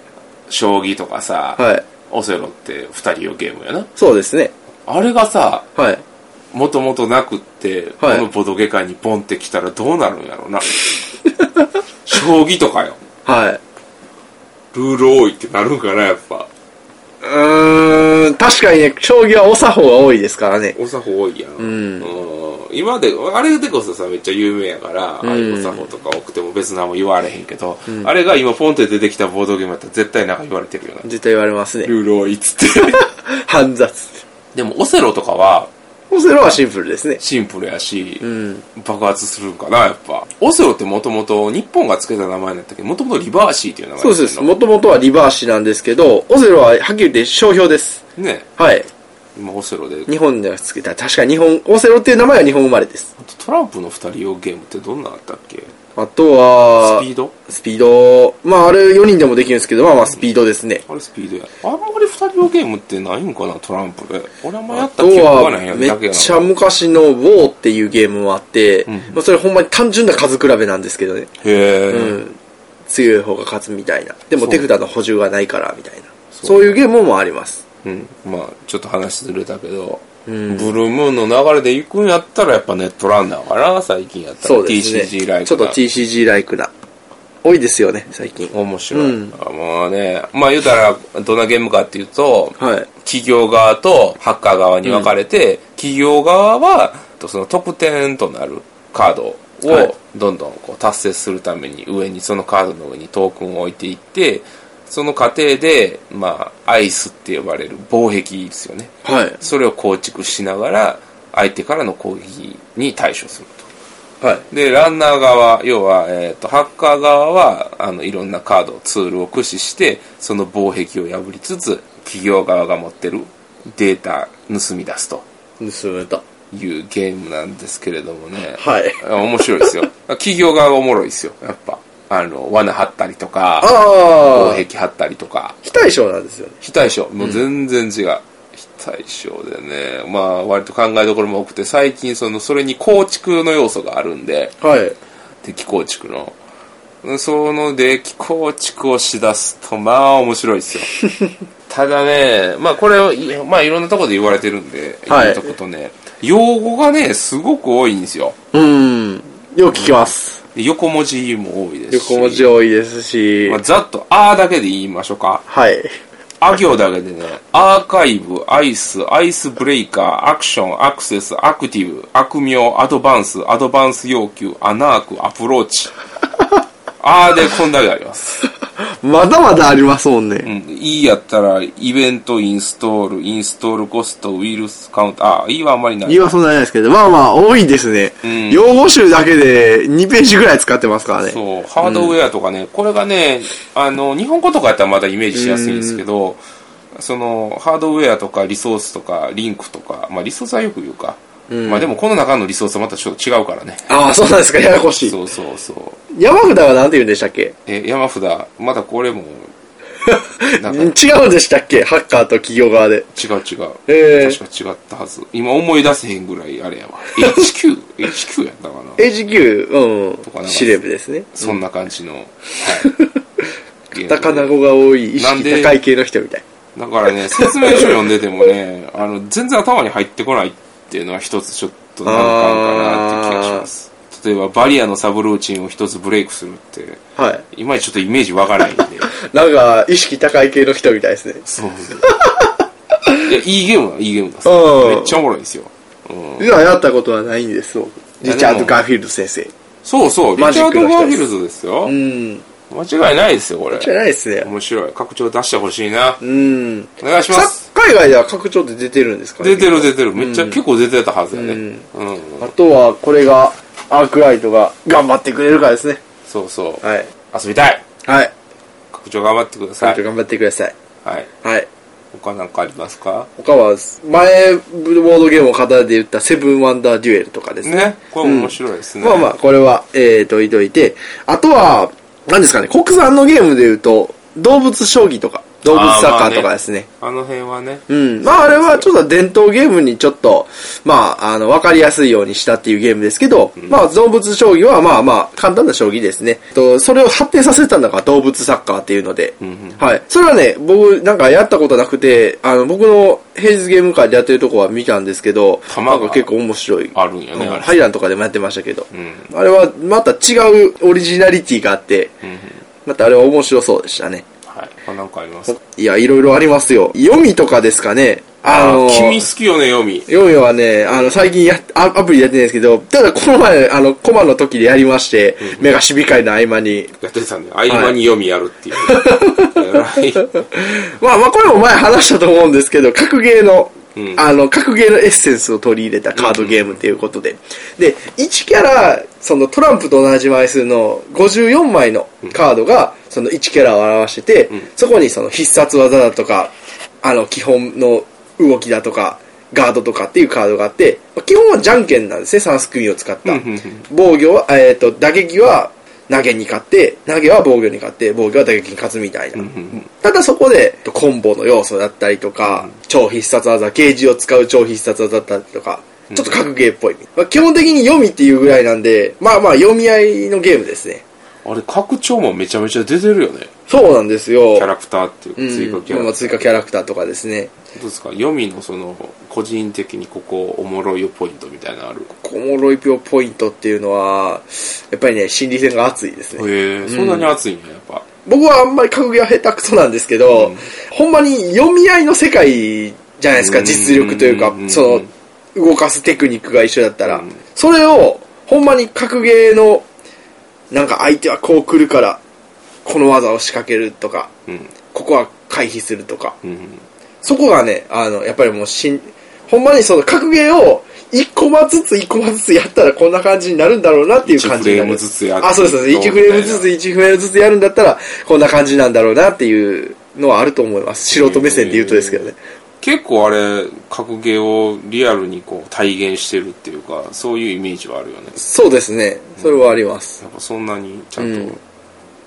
A: 将棋とかさ、
B: はい。
A: オセロって二人用ゲームやな。
B: そうですね。
A: あれがさ、
B: はい。
A: もともとなくって、
B: はい
A: このボドゲ界にポンって来たらどうなるんやろうな。将棋とかよ。
B: はい。
A: ルール多いってなるんかな、やっぱ。
B: うーん、確かにね、将棋はお作法が多いですからね。
A: お作法多いやん、
B: ん
A: うん今であれでこそさめっちゃ有名やから、ああいうお作法とか多くても別に何も言われへんけど、あれが今ポンって出てきたボードゲームやったら絶対なんか言われてる よな
B: 絶対言われますね。
A: ルール多いっつって
B: 煩雑。
A: でもオセロとかは
B: オセロはシンプルですね。
A: シンプルやし、
B: うん。
A: 爆発するんかなやっぱオセロってもともと日本がつけた名前だったけどもともとリバーシーっていう名前
B: そう
A: だ
B: ですで
A: った
B: す。
A: の
B: もともとはリバーシなんですけど、オセロははっきり言って商標です。
A: ね
B: はい。
A: 今オセロで
B: 日本ではつけた。確か日本、オセロっていう名前は日本生まれです。
A: あとトランプの二人用ゲームってどんなんあったっけス
B: あとは、
A: ピード
B: スピード。まあ、あれ4人でもできるんですけど、まあまあスピードですね。
A: あれスピードや。あんまり二人用ゲームってないんかな、トランプで。俺あんまや
B: あ
A: った
B: と
A: 記憶がない
B: は、
A: や
B: め
A: だけ
B: っ
A: やな。
B: ちゃ昔の WO っていうゲームもあって、
A: ん
B: まあそれほんまに単純な数比べなんですけどね。
A: へ
B: う
A: え、
B: ん。強い方が勝つみたいな。でも
A: そう
B: 手札の補充がないから、みたいな。
A: そう
B: そういうゲームもあります。
A: うん。まあ、ちょっと話ずれたけど、
B: うん
A: ブルームーンの流れで行くんやったらやっぱネットランナーかな、最近やったら。
B: そうですね。
A: TCG ライブ。
B: ちょっと TCG ライクな。多いですよね、最近。
A: 面白い。
B: うん
A: まあね、まあ言うたら、どんなゲームかっていうと、
B: はい。
A: 企業側とハッカー側に分かれて、企業側はその得点となるカード
B: はい
A: をどんどんこう達成するために上にそのカードの上にトークンを置いていってその過程で、まあ、アイスって呼ばれる防壁ですよね
B: はい。
A: それを構築しながら相手からの攻撃に対処すると
B: はい。
A: でランナー側要は、えー、とハッカー側はあのいろんなカードツールを駆使してその防壁を破りつつ企業側が持ってるデータ盗み出すと
B: 盗めた。
A: いうゲームなんですけれどもね、
B: はい。
A: 面白いですよ企業側がおもろいですよやっぱあの、罠張ったりとか、
B: あ
A: 防
B: あ、
A: 壁張ったりとか、
B: 非対称なんですよね。
A: 非対称。もう全然違う。非対称でね、まあ割と考えどころも多くて、最近その、それに構築の要素があるんで、
B: はい。
A: 敵構築の。その敵構築をしだすと、まあ面白いで すよ。ただね、まあこれを、いまあいろんなとこで言われてるんで、
B: は
A: 言
B: い
A: うとことね、用語がね、すごく多いんですよ。
B: うん。よく聞きます。
A: で横文字も多いですし。
B: 横文字多いですし
A: まあ、、ざっと、あーだけで言いましょうか。
B: はい。
A: あ行だけでね、アーカイブ、アイス、アイスブレイカー、アクション、アクセス、アクティブ、悪名、アドバンス、アドバンス要求、アナーク、アプロー チ。あーでこんだけあります。
B: まだまだありますもん
A: う
B: ね。
A: ん。E やったら、イベント、インストール、インストールコスト、ウイルスカウント、あ、E はあんまりない。
B: 言はそんなないですけど、まあまあ、多いですね。
A: ん
B: 用語集だけで2ページぐらい使ってますからね。
A: そう、ハードウェアとかね、これがね、あの、日本語とかやったらまだイメージしやすいんですけど、その、ハードウェアとかリソースとかリンクとか、まあリソースはよく言うか。まあでもこの中のリソースはまたちょっと違うからね。
B: ああ、そうなんですか、ややこしい。
A: そうそうそう。
B: 山札は何て言うんでしたっけ
A: え、山札、またこれ も、なんか
B: 違うんでしたっけハッカーと企業側で。
A: 違う違う。
B: えー
A: 確か違ったはず。今思い出せへんぐらいあれやわ。HQ、HQ やったかな。
B: HQ、
A: か
B: う
A: なん
B: ん。
A: か
B: シレブですね。
A: そんな感じの。はい
B: カタカナ語が多い、意
A: なん
B: 識
A: で
B: 高い系の人みたい。
A: だからね、説明書読んでてもね、あの、全然頭に入ってこないっていうのは一つちょっと難関かなって気がします。例えば、バリアのサブルーチンを一つブレイクするって、
B: はい。
A: いまいちちょっとイメージわからないんで。
B: なんか、意識高い系の人みたいですね。
A: そういや、いいゲームだ、いいゲームだ。
B: うん
A: めっちゃおもろいですよ。うん、
B: いや、やったことはないんです、僕。
A: いや
B: リチャード・ガーフィールド先生。
A: そうそう、リ
B: マジ
A: チ
B: ッ
A: ャー
B: クの
A: ド・
B: 人
A: ガーフィールドですよ
B: う。ん。
A: 間違いないですよ、これ。
B: じゃないですね。
A: 面白い。拡張出してほしいな。
B: うん。
A: お願いしま
B: さ
A: す。
B: 海外では拡張って出てるんですかね
A: 出てる出てる。めっちゃ、結構出てたはずやね。うん。
B: あとは、これが、アークライトが頑張ってくれるかですね。
A: そうそう。
B: はい。
A: 遊びたい
B: はい。
A: 拡張頑張ってくださ
B: 拡
A: い
B: 張。頑張ってください。
A: はい。
B: はい。
A: 他なんかありますか
B: 他は、前、ボードゲームを語で言ったセブンワンダーデュエルとかですね。
A: ね。これ面白いですね。
B: まあまあ、これは、えー、と、置いといて。あとは、何ですかね、国産のゲームで言うと、動物将棋とか、動物サッカーとかですね。
A: あの辺はね。
B: うん。まああれはちょっと伝統ゲームにちょっと、まあ、あの、わかりやすいようにしたっていうゲームですけど、まあ動物将棋はまあまあ簡単な将棋ですね。と、それを発展させたのが動物サッカーっていうので、はい。それはね、僕なんかやったことなくて、あの、僕の平日ゲーム会でやってるとこは見たんですけど、
A: 玉が
B: なんか結構面白い。
A: あるんよね
B: う
A: あれ
B: ハイランとかでもやってましたけど、
A: ん
B: あれはまた違うオリジナリティがあって、またあれは面白そうでしたね。
A: はい。他なんかあります
B: いや、いろいろありますよ。読みとかですかね。あのー、
A: 君好きよね、読み。
B: ヨーヨーはね、あの、最近やっ、アアプリでやってないんですけど、ただこの前、あの、コマの時でやりまして、目がしびかいの合間に。
A: やってたね。合間に読みやるっていう。偉い
B: まあまあ、これも前話したと思うんですけど、格ゲーの、
A: うん
B: あの、格ゲーのエッセンスを取り入れたカードゲームということで。で、1キャラ、そのトランプと同じ枚数の54枚のカードが、その1キャラを表してて、そこにその必殺技だとか、あの、基本の動きだとか、ガードとかっていうカードがあって、まあ基本はじゃんけんなんですね、3スクリーンを使った
A: うんうんうん。
B: 防御は、えっ、と、打撃は投げに勝って、投げは防御に勝って、防御は打撃に勝つみたいな。ただそこで、コンボの要素だったりとか、超必殺技、ゲージを使う超必殺技だったりとか、ちょっと格ゲーっぽい。まあ、基本的に読みっていうぐらいなんで、まあまあ読み合いのゲームですね。
A: あれ、拡張もめちゃめちゃ出てるよね。
B: そうなんですよ。
A: キャラクターっていうか、
B: うん
A: 追加キャ
B: まあ
A: ラ
B: まあ追加キャラクターとかですね。
A: どうですか読みのその、個人的にここおもろいよポイントみたいなのある。
B: コモロイピョポイントっていうのは、やっぱりね、心理戦が熱いですね。
A: へえ、そんなに熱いんや、やっぱ。
B: 僕はあんまり格ゲーは下手くそなんですけど、ほんまに読み合いの世界じゃないです
A: う
B: か、
A: ん
B: 実力というか
A: う、ん
B: その、動かすテクニックが一緒だったら
A: うん。
B: それを、ほんまに格ゲーの、なんか相手はこう来るから、この技を仕掛けるとか、
A: うん。
B: ここは回避するとか。
A: うん。
B: そこがね、あの、やっぱりもうしん、ほんまにその格ゲーを、一コマずつ一コマずつやったらこんな感じになるんだろうなっていう感じにな
A: 一フレ
B: る。
A: ームずつやって
B: あ、そうですそうです。
A: どう
B: 1フレーム
A: み
B: ず
A: た
B: つ1フレームずつやるんだったら、こんな感じなんだろうなっていうのはあると思います。素人目線で言うとですけどね。
A: 結構あれ、格ゲーをリアルにこう体現してるっていうか、そういうイメージはあるよね。
B: そうですね。それはあります。
A: やっぱそんなにちゃんと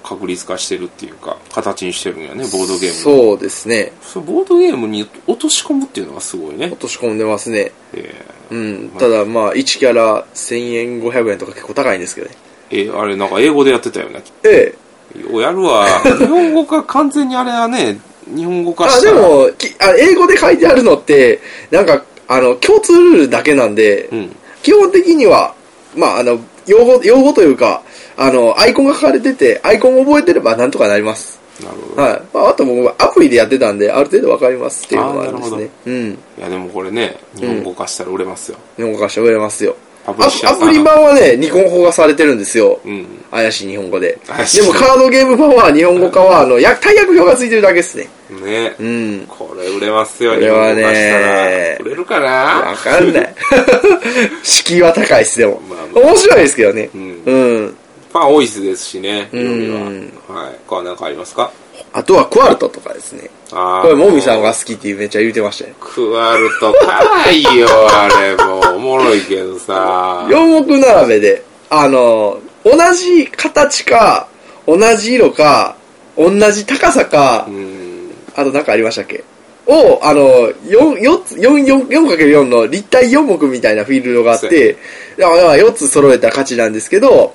A: 確立化してるっていうか、形にしてるんやね、ボードゲームを
B: そうですね。
A: そうボードゲームに落とし込むっていうのがすごいね
B: 落。とし込んでますね。
A: え
B: うん。ただまあ、1キャラ1000円500円とか結構高いんですけどね。
A: ーえーあれなんか英語でやってたよね。
B: ええ。
A: おやる わ。日本語化、完全にあれはね、日本語化
B: あ、
A: した
B: で
A: ら。
B: も、きあ英語で書いてあるのって、なんか、あの、共通ルールだけなんで、
A: うん。
B: 基本的には、まあ、あの、用語、用語というか、あの、アイコンが書かれてて、アイコンを覚えてればなんとかなります。
A: なるほど。
B: はい。まあ、あと僕はアプリでやってたんで、ある程度わかりますっていうのがあるんです
A: あーな
B: ね
A: る。
B: うん。
A: いやでもこれね、日本語化したら売れますよ。
B: 日本語化して売れますよ。
A: パ
B: ア
A: ブリッシャー
B: ア
A: さん
B: プリ版はね、日本語化されてるんですよ。
A: うん。
B: 怪しい日本語で。
A: 怪しい
B: でもカードゲーム版は日本語化は、あの、や大役表がついてるだけですね。
A: ね。
B: うん。
A: これ売れますよ、
B: こ
A: 日
B: れ
A: 本
B: は
A: 語化した
B: ね
A: ら。売れるかな
B: わか んない。敷居は高いっす、でも。
A: まあま
B: 面白いですけどね。
A: うん
B: うん。
A: まあ、多いですしね、
B: うん
A: 読みは。はい。他は何かありますか
B: あとはクワルトとかですね。
A: あー
B: これ、もみさんが好きってめっちゃ言うてましたよ。
A: クワルト、かい よ、あれ、もう、おもろいけどさ。
B: 四目並べで、あの、同じ形か、同じ色か、同じ高さか
A: う、ん。
B: あとなんかありましたっけを、あの、4、四つ、四四四かける4の立体4目みたいなフィールドがあって、だから4つ揃えた勝ちなんですけど、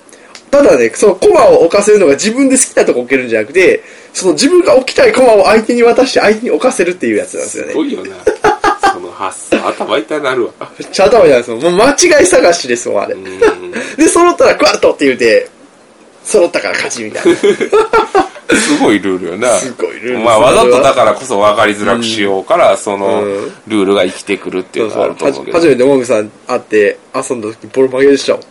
B: ただね、そのコマを置かせるのが自分で好きなとこ置けるんじゃなくて、その自分が置きたいコマを相手に渡して相手に置かせるっていうやつなんですよ
A: す
B: ね。
A: ごいよな。その発想、頭痛いなるわ。
B: めっちゃ頭じゃないですもん。もう間違い探しですもん、あれ
A: う。ん。
B: で、揃ったらクワッとって言うて、揃ったから勝ちみた いな。
A: すごいルールよな。
B: すごいルール
A: まあ、わざとだからこそ分かりづらくしようから、その、
B: うん
A: ルールが生きてくるってい
B: そうう
A: のが
B: そ
A: あ
B: う
A: ると思うけど。
B: 初めてモグさん会って遊んだ時ボロ負けでしたもん。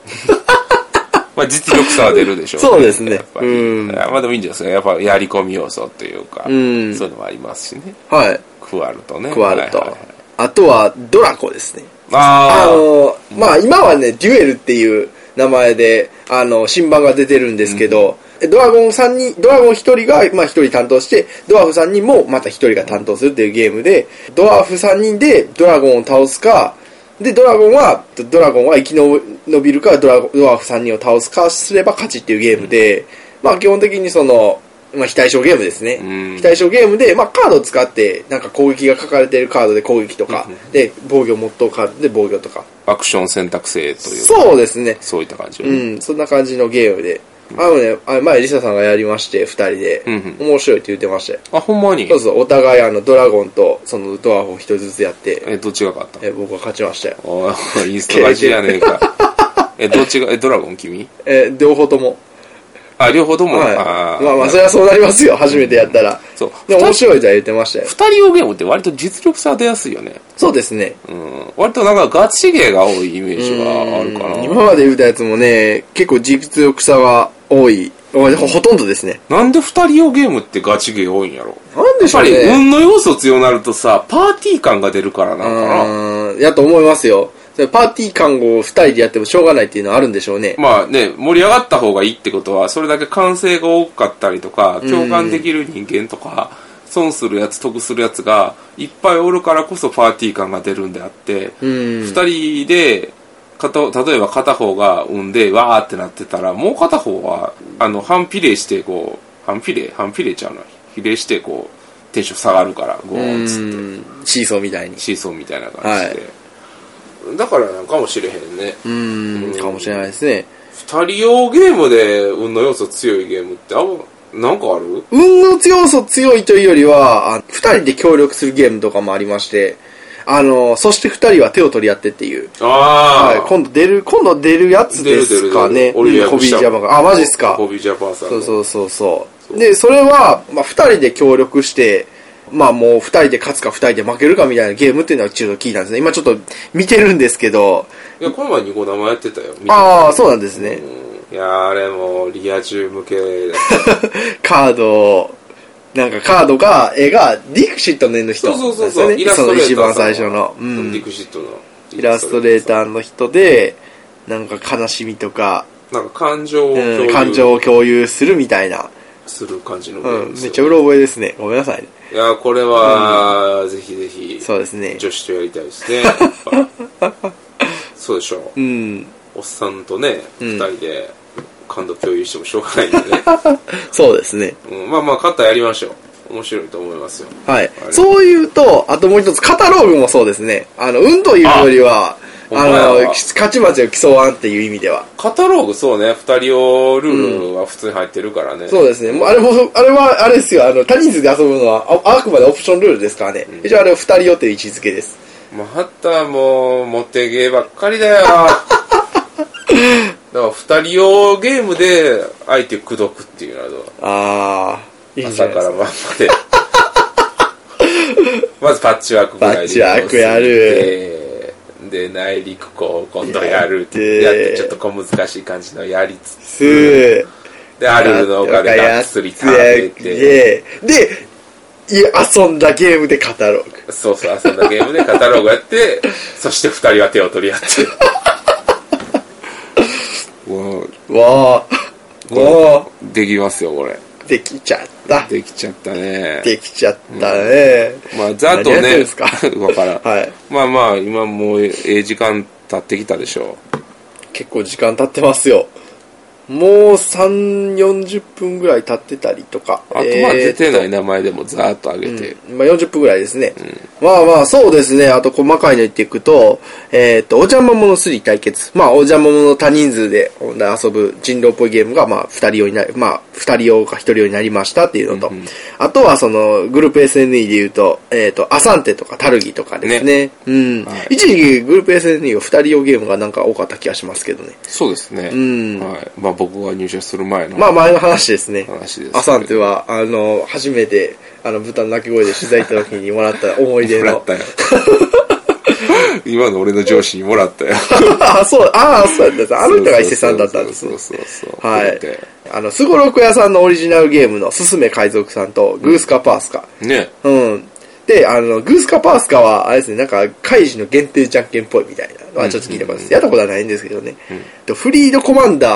A: まあ、実力差は出るでしょう、
B: そうですね
A: やっぱり
B: うん
A: まあ、でもいいんじゃないですか。やっぱ、やり込み要素っていうか、
B: うん
A: そういうのもありますしね。
B: はい。
A: クワルトね。
B: クワル
A: はいはい
B: ト
A: はい。
B: あとは、ドラコですね。あ
A: あー
B: の、まあ今はね、デュエルっていう名前で、あの、新版が出てるんですけど、ドラゴンさんに、ドラゴン一人が、まあ一人担当して、ドワーフさんにもまた一人が担当するっていうゲームで、ドワーフ3人でドラゴンを倒すか、で、ドラゴンは、ドラゴンは生き延びるか、ドラドワーフ3人を倒すかすれば勝ちっていうゲームで、まあ基本的にその、まあ非対称ゲームですね。
A: うん
B: 非対称ゲームで、まあカードを使って、なんか攻撃が書かれてるカードで攻撃とか、で、防御を持っとうカードで防御とか。
A: アクション選択制というか
B: そうですね。
A: そういった感じよ
B: う
A: ね。
B: ん、そんな感じのゲームで。あのね、あ前、リサさんがやりまして、二人で、
A: うん
B: 面白いって言ってましたよ。
A: あ、ほんまに
B: そうそう、お互いあの、ドラゴンと、その、ドワーフを一人ずつやって、
A: え、どっちが勝った
B: え僕は勝ちましたよ。
A: おーインスト勝ちやねえか。え、どっちが、え、ドラゴン君
B: え、両方とも。
A: あ、両方とも、
B: はい。
A: あー
B: まあまあ、それはそうなりますよ、初めてやったら。
A: そう。
B: でも、面白いとは言ってましたよ。
A: 二人用ゲームって割と実力差出やすいよね。
B: そうですね。
A: うん。割となんかガチゲーが多いイメージがあるか
B: うん
A: な。
B: 今まで言ったやつもね、結構実力差が多い。ほほとんどですね。
A: なんで二人用ゲームってガチゲー多いんやろ
B: なんで
A: やっ
B: しょ
A: ぱ
B: う
A: り
B: ね。
A: 運の要素強なるとさ、パーティー感が出るからなんかな。
B: うーんやと思いますよ。それパーティー感を二人でやってもしょうがないっていうのはあるんでしょうね。
A: まあね、盛り上がった方がいいってことは、それだけ歓声が多かったりとか、共感できる人間とか、損するやつ、得するやつが、いっぱいおるからこそパーティー感が出るんであって、
B: う
A: 二、
B: ん
A: 人で、かと例えば片方が産んで、わーってなってたら、もう片方は、あの、反比例して、こう、反比例反比例ちゃうの比例して、こう、テンション下がるから、ゴ
B: う
A: ーンっつって
B: ん。シーソーみたいに。
A: シーソーみたいな感じで。だからなんかもしれへんね。
B: うーん。かもしれないですね。
A: 二人用ゲームで運の要素強いゲームってあんまなんかある
B: 運の強さ強いというよりは、あ二人で協力するゲームとかもありまして、あの、そして二人は手を取り合ってっていう。
A: あ
B: はい、今度出る、今度出るやつですかね。
A: オリビア
B: うんコビージャパンが。あ、マジっすか。
A: コビージャパンさん
B: そ
A: の
B: うそうそうそう。で、それは、まあ、二人で協力して、まあもう二人で勝つか二人で負けるかみたいなゲームっていうのは一度聞いたんですね。今ちょっと見てるんですけど、
A: いやこの前ニコ生やってたよ見て
B: ああ、そうなんですね。
A: うんいやーあれもうリア充向けだった
B: カードを、なんかカードが、絵がディクシットの絵の人
A: そう
B: なん
A: そう
B: です
A: そ
B: よ
A: う
B: ね。
A: そうイラストレーター
B: その一番最初の。う
A: ディ
B: ん。
A: クシットの
B: イラストレー
A: ー
B: ターの人で、なんか悲しみとか、
A: なんか感情を共
B: うん、
A: 有
B: 感情を共有するみたいな。
A: する感じのゲ
B: う
A: ーム
B: ん。
A: です
B: めっ
A: よ
B: ちゃうろ覚えですね。ごめんなさいね。
A: いやーこれはぜひぜひ
B: そうですね。
A: 女子とやりたいです ねやっぱそうでしょ
B: うん。
A: おっさんとね、
B: ん
A: 二人で感度共有してもしょうがない んでね。
B: そうですね。
A: うん、まあまあ、カッターやりましょう。面白いと思いますよ。
B: はい
A: あ。れ
B: そういうと、あともう一つ、カタログもそうですね。あの、運というより
A: あ
B: は、
A: ほん
B: あ
A: まや
B: の、
A: わ
B: 勝ち待ちを競わんっていう意味では。
A: カタログ、そうね、二人用ルールは普通に入ってるからね。
B: そうですね。もうあれも、あれは、あれですよ。あの、他人数で遊ぶのは、ああくまでオプションルールですからね。一応あれを二人よという位置づけです。
A: まあ、ハッターもう、モテゲーばっかりだ よ。だから、二人用ゲームで、相手口説くっていうのはどう
B: あー、いいんじゃ
A: 朝
B: な
A: から
B: いですか。
A: 晩まで。 まずパッチワークぐらいで
B: パッチワークやる。
A: で、内陸こう、今度やるって。
B: や
A: や
B: っ
A: ってて、ちょっと小難しい感じのやりつつ。
B: すー。
A: で、あるのお金がっつり食べて。
B: で、い遊んだゲームでカタログ。
A: そうそう、遊んだゲームでカタログやって、 そして二人は手を取り合 って。わ
B: わー。わ
A: あ、できますよ、これ。
B: ー。できちゃった。
A: できちゃったね。
B: できちゃったね。
A: まあ、ざっと
B: 何やって
A: ね
B: んすか、
A: わからん。
B: はい。
A: まあまあ、今もう、ええ時間経ってきたでしょう。
B: 結構時間経ってますよ。もう3、40分ぐらい経ってたりとか。
A: あとまあ出てない名前でもざーっと上げて、
B: まあ、40分ぐらいですね。まあまあ、そうですね。あと細かいの言っていくと、えーっと、お邪魔者3対決。まあ、お邪魔者多人数でほんで遊ぶ人狼っぽいゲームが、まあ、2人用になり、まあ、2人用か1人用になりましたっていうのと、あとはその、グループ SNE で言うと、えーっと、アサンテとかタルギとかですね。うん。
A: はい
B: 一時期グループ SNE は2人用ゲームがなんか多かった気がしますけどね。
A: そうですね、
B: ん
A: はいまあ、僕が入社する前の
B: まあ、前の話ですね。
A: 話です
B: アサンテは、あの、初めて、あの、豚の鳴き声で取材行った時にもらった思い出
A: もら
B: の
A: っ。たよ 今の俺の上司にもらったよ
B: あ、そう、ああ、そうやったん です。あの人が伊勢さんだったんですね
A: そう。そうそうそう
B: は
A: こうやっ
B: い
A: て。
B: あの、すごろく屋さんのオリジナルゲームのすすめ海賊さんと、グースカパースカ。
A: ね
B: うん。で、あの、グースカパースカは、あれですね、なんか、怪獣の限定じゃんけんっぽいみたいなのはちょっと聞いたことです。やったことはないんですけどね。とフリードコマンダー、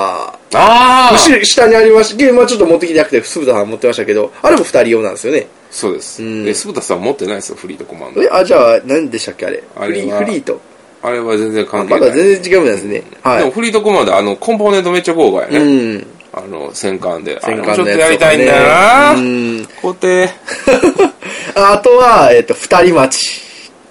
A: ああ
B: 後ろ下にありました。ゲームはちょっと持ってきてなくて、鈴田さん持ってましたけど、あれも二人用なんですよね。
A: そうです、え鈴田さん持ってないですよフリードコマンド
B: え、あ、じゃあ、何でしたっけ、あれ。
A: あ
B: フ
A: れ
B: リー、
A: は
B: フリーと。
A: あれは全然関係
B: ま
A: ない、
B: だ全然違うんですね。は
A: でも
B: い。
A: フリードコマンドあのコンポーネントめっちゃ豪華やね、
B: うん。
A: あの戦艦で
B: 戦
A: あれもちょ
B: 艦
A: っ
B: の
A: と
B: やつとかね
A: やりたいんだよな
B: うん
A: 固定
B: あとは、えっ、と、二人待ち。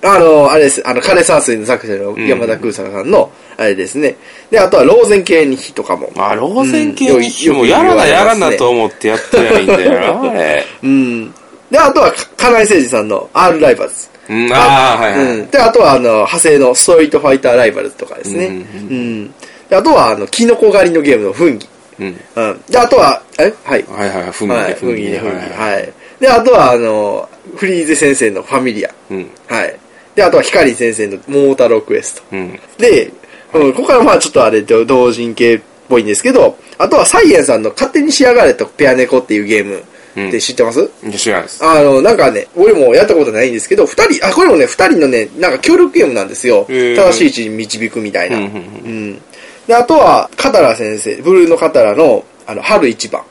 B: あの、あれです。あの、枯山水の作者の山田空作さんの、あれですね。で、あとは、ローゼン系に火とかも。
A: あ、ローゼン系
B: うん
A: 日
B: よ
A: も
B: く言
A: や
B: われ
A: ら
B: ま
A: な
B: すね
A: やらなと思ってやってないんだよな、あれ。
B: うん。で、あとは、か金井誠司さんの R ライバルズ。
A: うん、ああ、はいはい。
B: うん。で、あとは、あの、派生のストリートファイターライバルズとかですね。
A: うん
B: うん。で、あとは、あの、キノコ狩りのゲームのフンギ。
A: うん。
B: うん。で、あとは、えはい。
A: はいはいはい、ふんぎ
B: はい。
A: ね、
B: フンギね、
A: ね
B: フンギ。
A: はいはい。
B: はい。で、あとは、あの、フリーゼ先生のファミリア。
A: うん。
B: はい。で、あとは、光先生の桃太郎クエスト。
A: うん。
B: で、うん、ここからまあちょっとあれ、同同人系っぽいんですけど、あとはサイエンさんの勝手に仕上がれとペア猫っていうゲーム
A: うん
B: って知ってます、
A: いや知らないです。
B: あの、なんかね、俺もやったことないんですけど、二人、あ、これもね、二人のね、なんか協力ゲームなんですよ。
A: へー
B: 正しい位置に導くみたいな。
A: うんうん
B: うんで、あとは、カタラ先生、ブルーのカタラの、あの、春一番。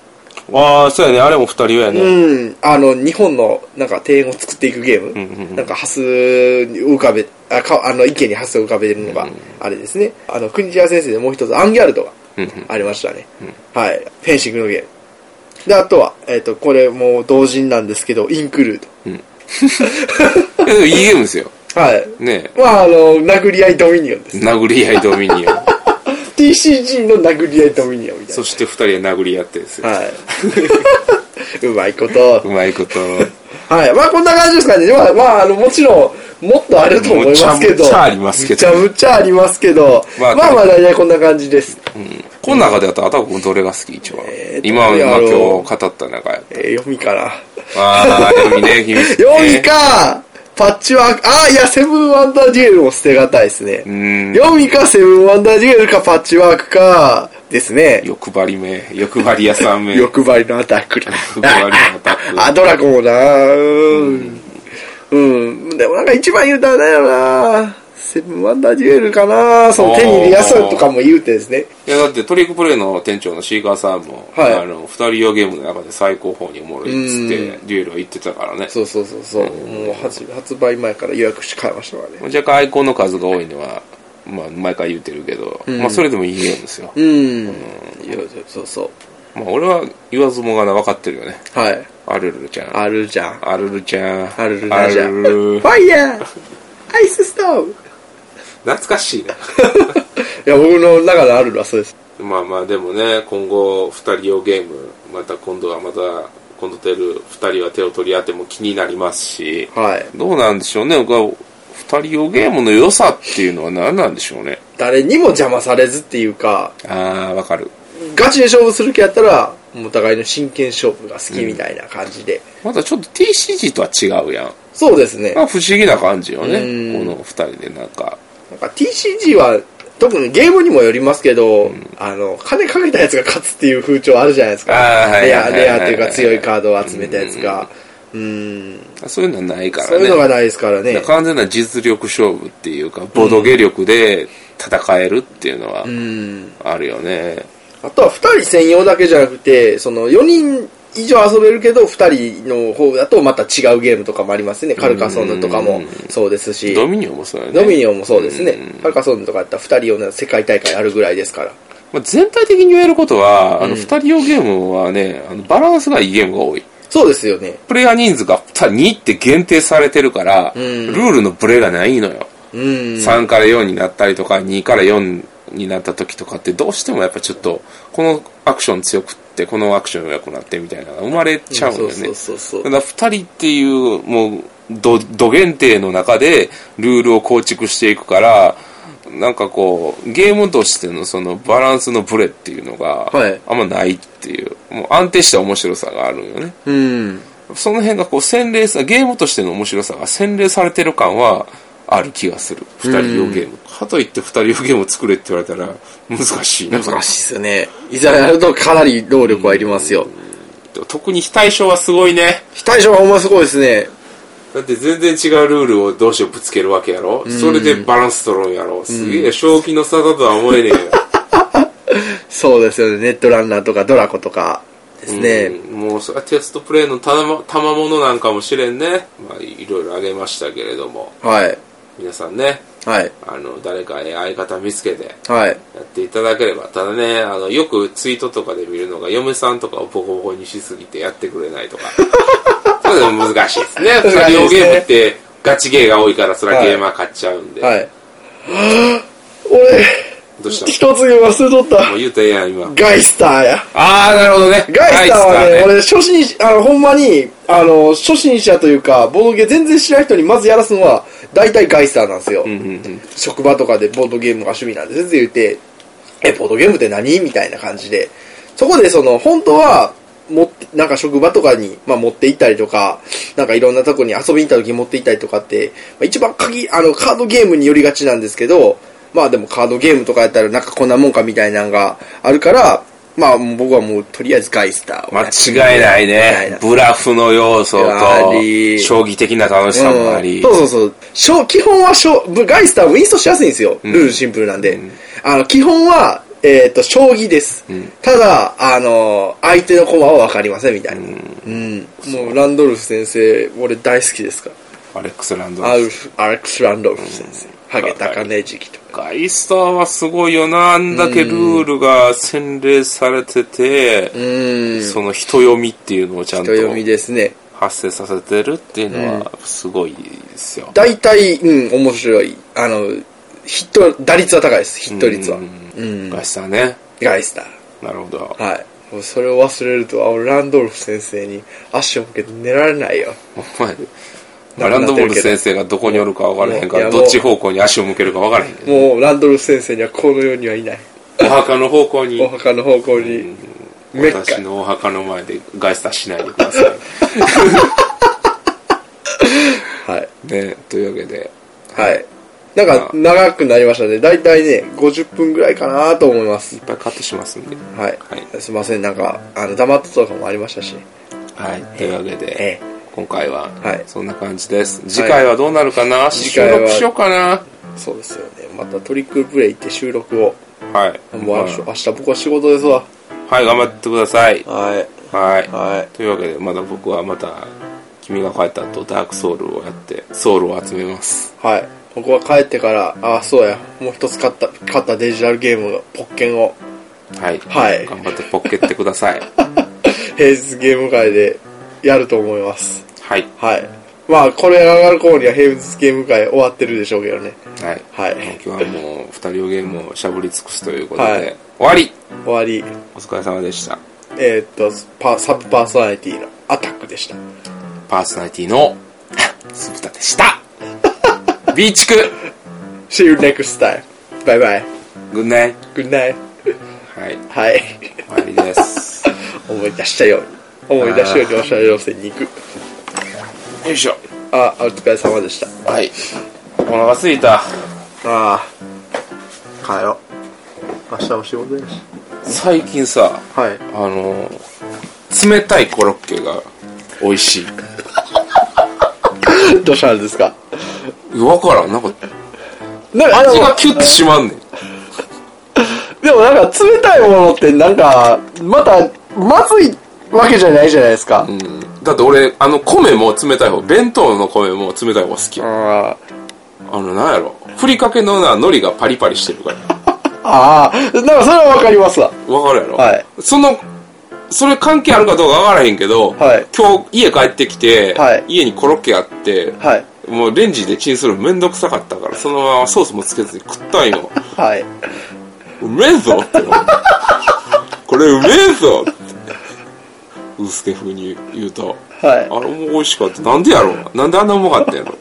A: ああ、そうやね、あれも二人用やね。
B: うん、あの、日本の、なんか、庭園を作っていくゲーム。
A: うんうん
B: なんか、ハスに浮かべ、あ、かあの、池にハスを浮かべるのが、あれですね。あの、国枝先生でもう一つ、アンギャルドが
A: うんうん
B: ありましたね。はい。フェンシングのゲーム。で、あとは、えっ、と、これもう同人なんですけど、インクルー
A: えでもいいゲームですよ。
B: ド。はい。
A: ね
B: まあ、あの、殴り合いドミニオンです。
A: 殴り合いドミニオン。
B: TCG の殴り合いドミニオンみたい
A: そして二人は殴り合ってですよ
B: な。。はい。 うまいこと。
A: うまいこと。
B: はい。まあこんな感じですかね。まあ、まあ、あの、もちろん、もっとあると思いますけど。
A: むちゃむちゃありますけど
B: むちゃむちゃありますけど。ま
A: ま
B: あ、
A: あ
B: まあ、大体こんな感じです。
A: この中であったら、あたこどれが好き一番
B: えー。と
A: 今、
B: どれや
A: 今
B: ろ
A: 今日
B: う
A: 語った中や。
B: えー、読みかな。
A: ああ、読みね、君。
B: 読みか、パッチワーク、ああ、いや、セブンワンダーデュエルも捨てがたいですね。
A: ん
B: 読みか、セブンワンダーデュエルか、パッチワークか、ですね。
A: 欲張り目、欲張り屋さん目。
B: 欲張りのアタックだ。
A: 欲張りのアタ ック
B: あ、ドラコもなうん。うん。でもなんか一番言うたらなんやろなセブンワンダーデュエルかなその手に入れやすいとかも言うてですね。
A: いやだってトリックプレイの店長のシーカーさんも、
B: はい
A: あの二人用ゲームの中で最高峰におもろいっつってデュエルを言ってたからね
B: そうそうそうそう。もう発発売前から予約して買いましたからね。
A: 若干アイコンの数が多いのは、まあ、毎回言ってるけど、まあ、それでもいいゲームですよ、
B: うん。
A: ど
B: いやそうそ
A: まあ俺は言わずもがな分かってるよね
B: う。はい。
A: あるるちゃん
B: あるじゃん。
A: あるるちゃん
B: あるじゃん。
A: ある
B: フ
A: る
B: ァイヤーアイスストーブ
A: 懐かしいな
B: いや、僕の中のあるのはそうです。
A: まあまあでもね今後2人用ゲームまた今度はまた今度出る2人は手を取り合っても気になりますし
B: はい。
A: どうなんでしょうね僕は2人用ゲームの良さっていうのは何なんでしょうね
B: 誰にも邪魔されずっていうか、
A: ああわかる
B: ガチで勝負する気やったら、もうお互いの真剣勝負が好きみたいな感じで。
A: またちょっと TCG とは違うやん
B: そうですね。
A: まあ不思議な感じよね
B: うん
A: この2人でなんか
B: なんか TCG は、特にゲームにもよりますけど、あの、金かけたやつが勝つっていう風潮あるじゃないですか。
A: あーはい
B: レ
A: は
B: ア、
A: いはい
B: レアっていうか強いカードを集めたやつが。うーん。
A: そういうのはないからね
B: そういうのがないですからね。
A: 完全な実力勝負っていうかボドゲ力で戦えるっていうのは
B: うん。
A: あるよね、
B: あとは2人専用だけじゃなくて、その4人以上遊べるけど、2人の方だとまた違うゲームとかもありますね。カルカソンヌとかもそうですし。
A: ドミニオンもそうだよね
B: ドミニオンもそうですね
A: ん。
B: カルカソンヌとかやったら2人用の世界大会あるぐらいですから。
A: まあ、全体的に言えることは、あの2人用ゲームはねあのバランスがいいゲームが多い
B: そうですよね。
A: プレイヤー人数がた2って限定されてるから、
B: ん
A: ルールのブレがないのよ、
B: うん。
A: 3から4になったりとか2から4になった時とかってどうしてもやっぱちょっとこのアクション強くってこのアクション弱くなってみたいなのが生まれちゃうんだよね、
B: そうそうそうそう
A: ただ2人っていうもうどど限定の中でルールを構築していくからなんかこうゲームとしてのそのバランスのブレっていうのが
B: はい
A: あんまないっていう,、もう安定した面白さがあるんよね
B: うん。
A: その辺がこう洗礼さゲームとしての面白さが洗礼されてる感はある気がする2人用ゲームかといって2人用ゲームを作れって言われたら難しいな
B: 難しいですよね。いざやるとかなり労力はいりますよ。
A: 特に非対称はすごいね
B: 非対称はほんますごいですね。
A: だって全然違うルールをどうしようぶつけるわけやろ、それでバランス取るんやろすげえ正気の差だとは思えねえよ
B: そうですよね。ネットランナーとかドラコとかですね。
A: うんもうそれはテストプレイのたま賜物なんかもしれんね、まあ、いろいろあげましたけれども
B: はい。
A: 皆さんね
B: はい。
A: あの誰かええ相方見つけて
B: はい。
A: やっていただければただねあのよくツイートとかで見るのが嫁さんとかをボコボコにしすぎてやってくれないとか そういうの難しいですね
B: 難しいですね
A: 二人用ゲームってガチゲーが多いからそれはゲーマー買っちゃうんで、
B: はい。 俺、
A: どうしたの
B: 一つ言わせとった。
A: もう言うたらええやん、 今。
B: ガイスターや。
A: ああ、なるほどね。
B: ガイスターはね、
A: ガイスターね
B: 俺、初心者、あの、ほんまに、あの、初心者というか、ボードゲー全然知らない人にまずやらすのは、大体ガイスターなんですよ。職場とかでボードゲームが趣味なんで、全然言って、え、ボードゲームって何みたいな感じで。そこで、その、本当は、持って、なんか職場とかに、まあ、持って行ったりとか、なんかいろんなとこに遊びに行った時に持って行ったりとかって、まあ、一番鍵、あの、カードゲームによりがちなんですけど、まあでもカードゲームとかやったらなんかこんなもんかみたいなのがあるから、まあもう僕はもうとりあえずガイスターをやってみよう
A: 間違いない
B: みたい
A: ね
B: な。
A: ブラフの要素と
B: やは、り
A: 将棋的な楽しさもあり。
B: うんそうそうそうしょ。基本はしょ、ぶガイスターもインストしやすいんですよ。ルールシンプルなんで。あの、基本は、えっ、と、将棋です。ただ、あの、相手の駒は分かりませんみたいな。うん。もう、ランドルフ先生、俺大好きですか
A: アレックス・ランド
B: ら。ア
A: ルフ
B: ルフ、アレックス・ランドルフ先生。ハゲタカネジキとか。
A: ガイスターはすごいよな。あんだけルールが洗礼されてて、
B: うん。人
A: その人読みっていうのをちゃんと
B: 読みですね。
A: 発生させてるっていうのは、すごいですよ。
B: 大体、うん、面白い。あの、ヒット、打率は高いです。ヒット率は。うん。
A: ガイスターね。
B: ガイスター。
A: なるほど。
B: はい。もうそれを忘れると、あランドルフ先生に足を向けて寝られないよ。
A: お前、まあランドボール先生がどこにおるか分からへんか
B: いや
A: ら、
B: もう
A: どっち方向に足を向けるか分からへんけど。
B: もう、ランドルフ先生にはこの世にはいない。
A: お墓の方向に
B: お墓の方向に、めっか
A: 私のお墓の前で外出しないでくださ
B: はい。
A: いねというわけで
B: はい。なんか、長くなりましたね。だいたいね、50分ぐらいかなと思います
A: い。っぱいカットしますんで
B: は
A: は
B: い。すいません、なんか、あの、黙っととかもありましたし。
A: はいというわけで
B: え
A: 今回は
B: はい
A: そんな感じです次回はどうなるかな
B: 次
A: 収
B: 回は
A: 録しようかな
B: そうですよね。またトリックプレイって収録を。
A: はい
B: もうあの、
A: は
B: 明日僕は仕事ですわ。
A: いはい頑張ってください
B: はい。
A: は
B: はい
A: というわけでまだ僕はまた君が帰った後ダークソウルをやってソウルを集めます
B: い。はい。僕は帰ってから、ああ、そうや。もう一つ買った、買ったデジタルゲーム、ポッケンを
A: はい。
B: はい
A: 頑張ってポッケってください。
B: 平日ゲーム会でやると思います。
A: はい。
B: はい。まあ、これ上がる頃には平日ゲーム会終わってるでしょうけどね。
A: はい。
B: はい
A: もう今日はもう、二人用ゲームをしゃぶり尽くすということで、
B: はい
A: 終わり
B: 終わり、
A: お疲れ様でした。
B: えーっと、パサブパーソナリティのアタックでした。
A: パーソナリティの、 鈴田でした !B 地区
B: See you next time. Bye bye.
A: グッナイ
B: Good night.
A: はい。
B: はい。
A: 終わりです。
B: 思い出したように。思い出したようにおしゃれ路線に行く。
A: よいしょ。
B: あ、お疲れ様でした。
A: はい。お腹すいた。
B: ああ。帰ろう。明日も仕事やし。
A: 最近さ、
B: はい。
A: あのー、冷たいコロッケが美味しい。
B: どうしたんですか
A: いやわからん。なんか、
B: なんか、
A: 味
B: で
A: が
B: も、
A: キュッてしまんねん。
B: でもなんか冷たいものってなんか、また、まずいわけじゃないじゃないですか。
A: うんだって俺、あの、米も冷たい方、弁当の米も冷たい方が好き。あ
B: あ
A: の、なんやろ。ふりかけのな、海苔がパリパリしてるから。
B: あー、なんかそれはわかりますわ。
A: わかるやろ
B: はい
A: その、それ関係あるかどうかわからへんけど、
B: はい
A: 今日家帰ってきて、
B: はい
A: 家にコロッケあって、
B: はい。
A: もうレンジでチンするのめんどくさかったから、そのままソースもつけずに食ったんよ。
B: はい。
A: うめえぞって思って。これうめえぞって。うすけ風に言うと。
B: はい
A: あれも美味しかった。なんでやろうなんであんなうまかったんやろ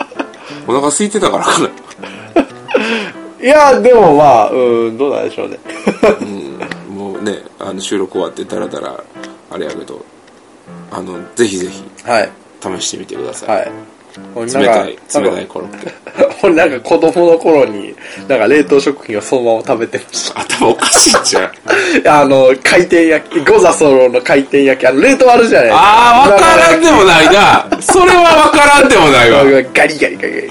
A: お腹空いてたからかな。
B: いや、でもまあ、うん、どうなんでしょうね。
A: うん。もうね、あの収録終わってダラダラ、あれやけど、あの、ぜひぜひ
B: はい。
A: 試してみてください。
B: はい。俺
A: 冷たい、
B: なん
A: 冷
B: か
A: たいコロッケ。
B: 俺なんか子供の頃に、なんか冷凍食品をそのまま食べてまし
A: 頭おかしいんじゃん。
B: た。あの、回転焼き、ゴザソロの回転焼き、あの、冷凍あるじゃないです
A: あー、わからんでもないな。それはわからんでもないわ。
B: ガリガリガリガリ。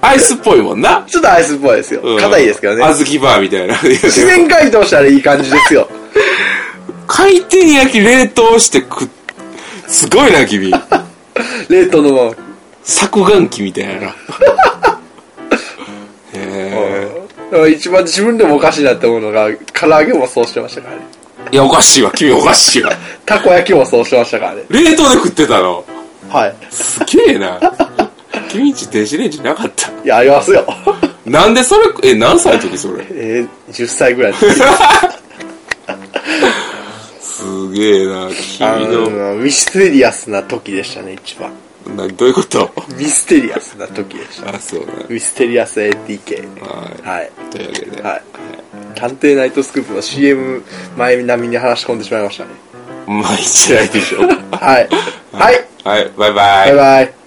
A: アイスっぽいもんな。
B: ちょっとアイスっぽいですよ
A: うん。
B: 硬いですけどね。
A: 小豆バーみたいな。
B: 自然解凍したらいい感じです よ。
A: 回転焼き冷凍して食っすごいな君
B: 冷凍のまま。
A: 削岩機みたいなへえ
B: だから一番自分でもおかしいなって思うのが、唐揚げもそうしてましたからね。
A: いやおかしいわ君おかしいわ
B: たこ焼きもそうしてましたからね。
A: 冷凍で食ってたの
B: はい。
A: すげえな君んち電子レンジなかった
B: いや、ありますよ。
A: なんでそれえ何歳の時それ
B: えー、10歳ぐらいの時
A: すげえな
B: あ
A: 君の
B: のミステリアスな時でしたね、一番。
A: などういうこと
B: ミステリアスな時でした。
A: あそうな
B: ミステリアス ATK。
A: は
B: はい。
A: いというわけで、
B: はい。探偵ナイトスクープの CM 前並みに話し込ん でしまいましたね。
A: まあいいんじゃないでしょうか
B: はい。はい。
A: はいバイバイ
B: バイバイ。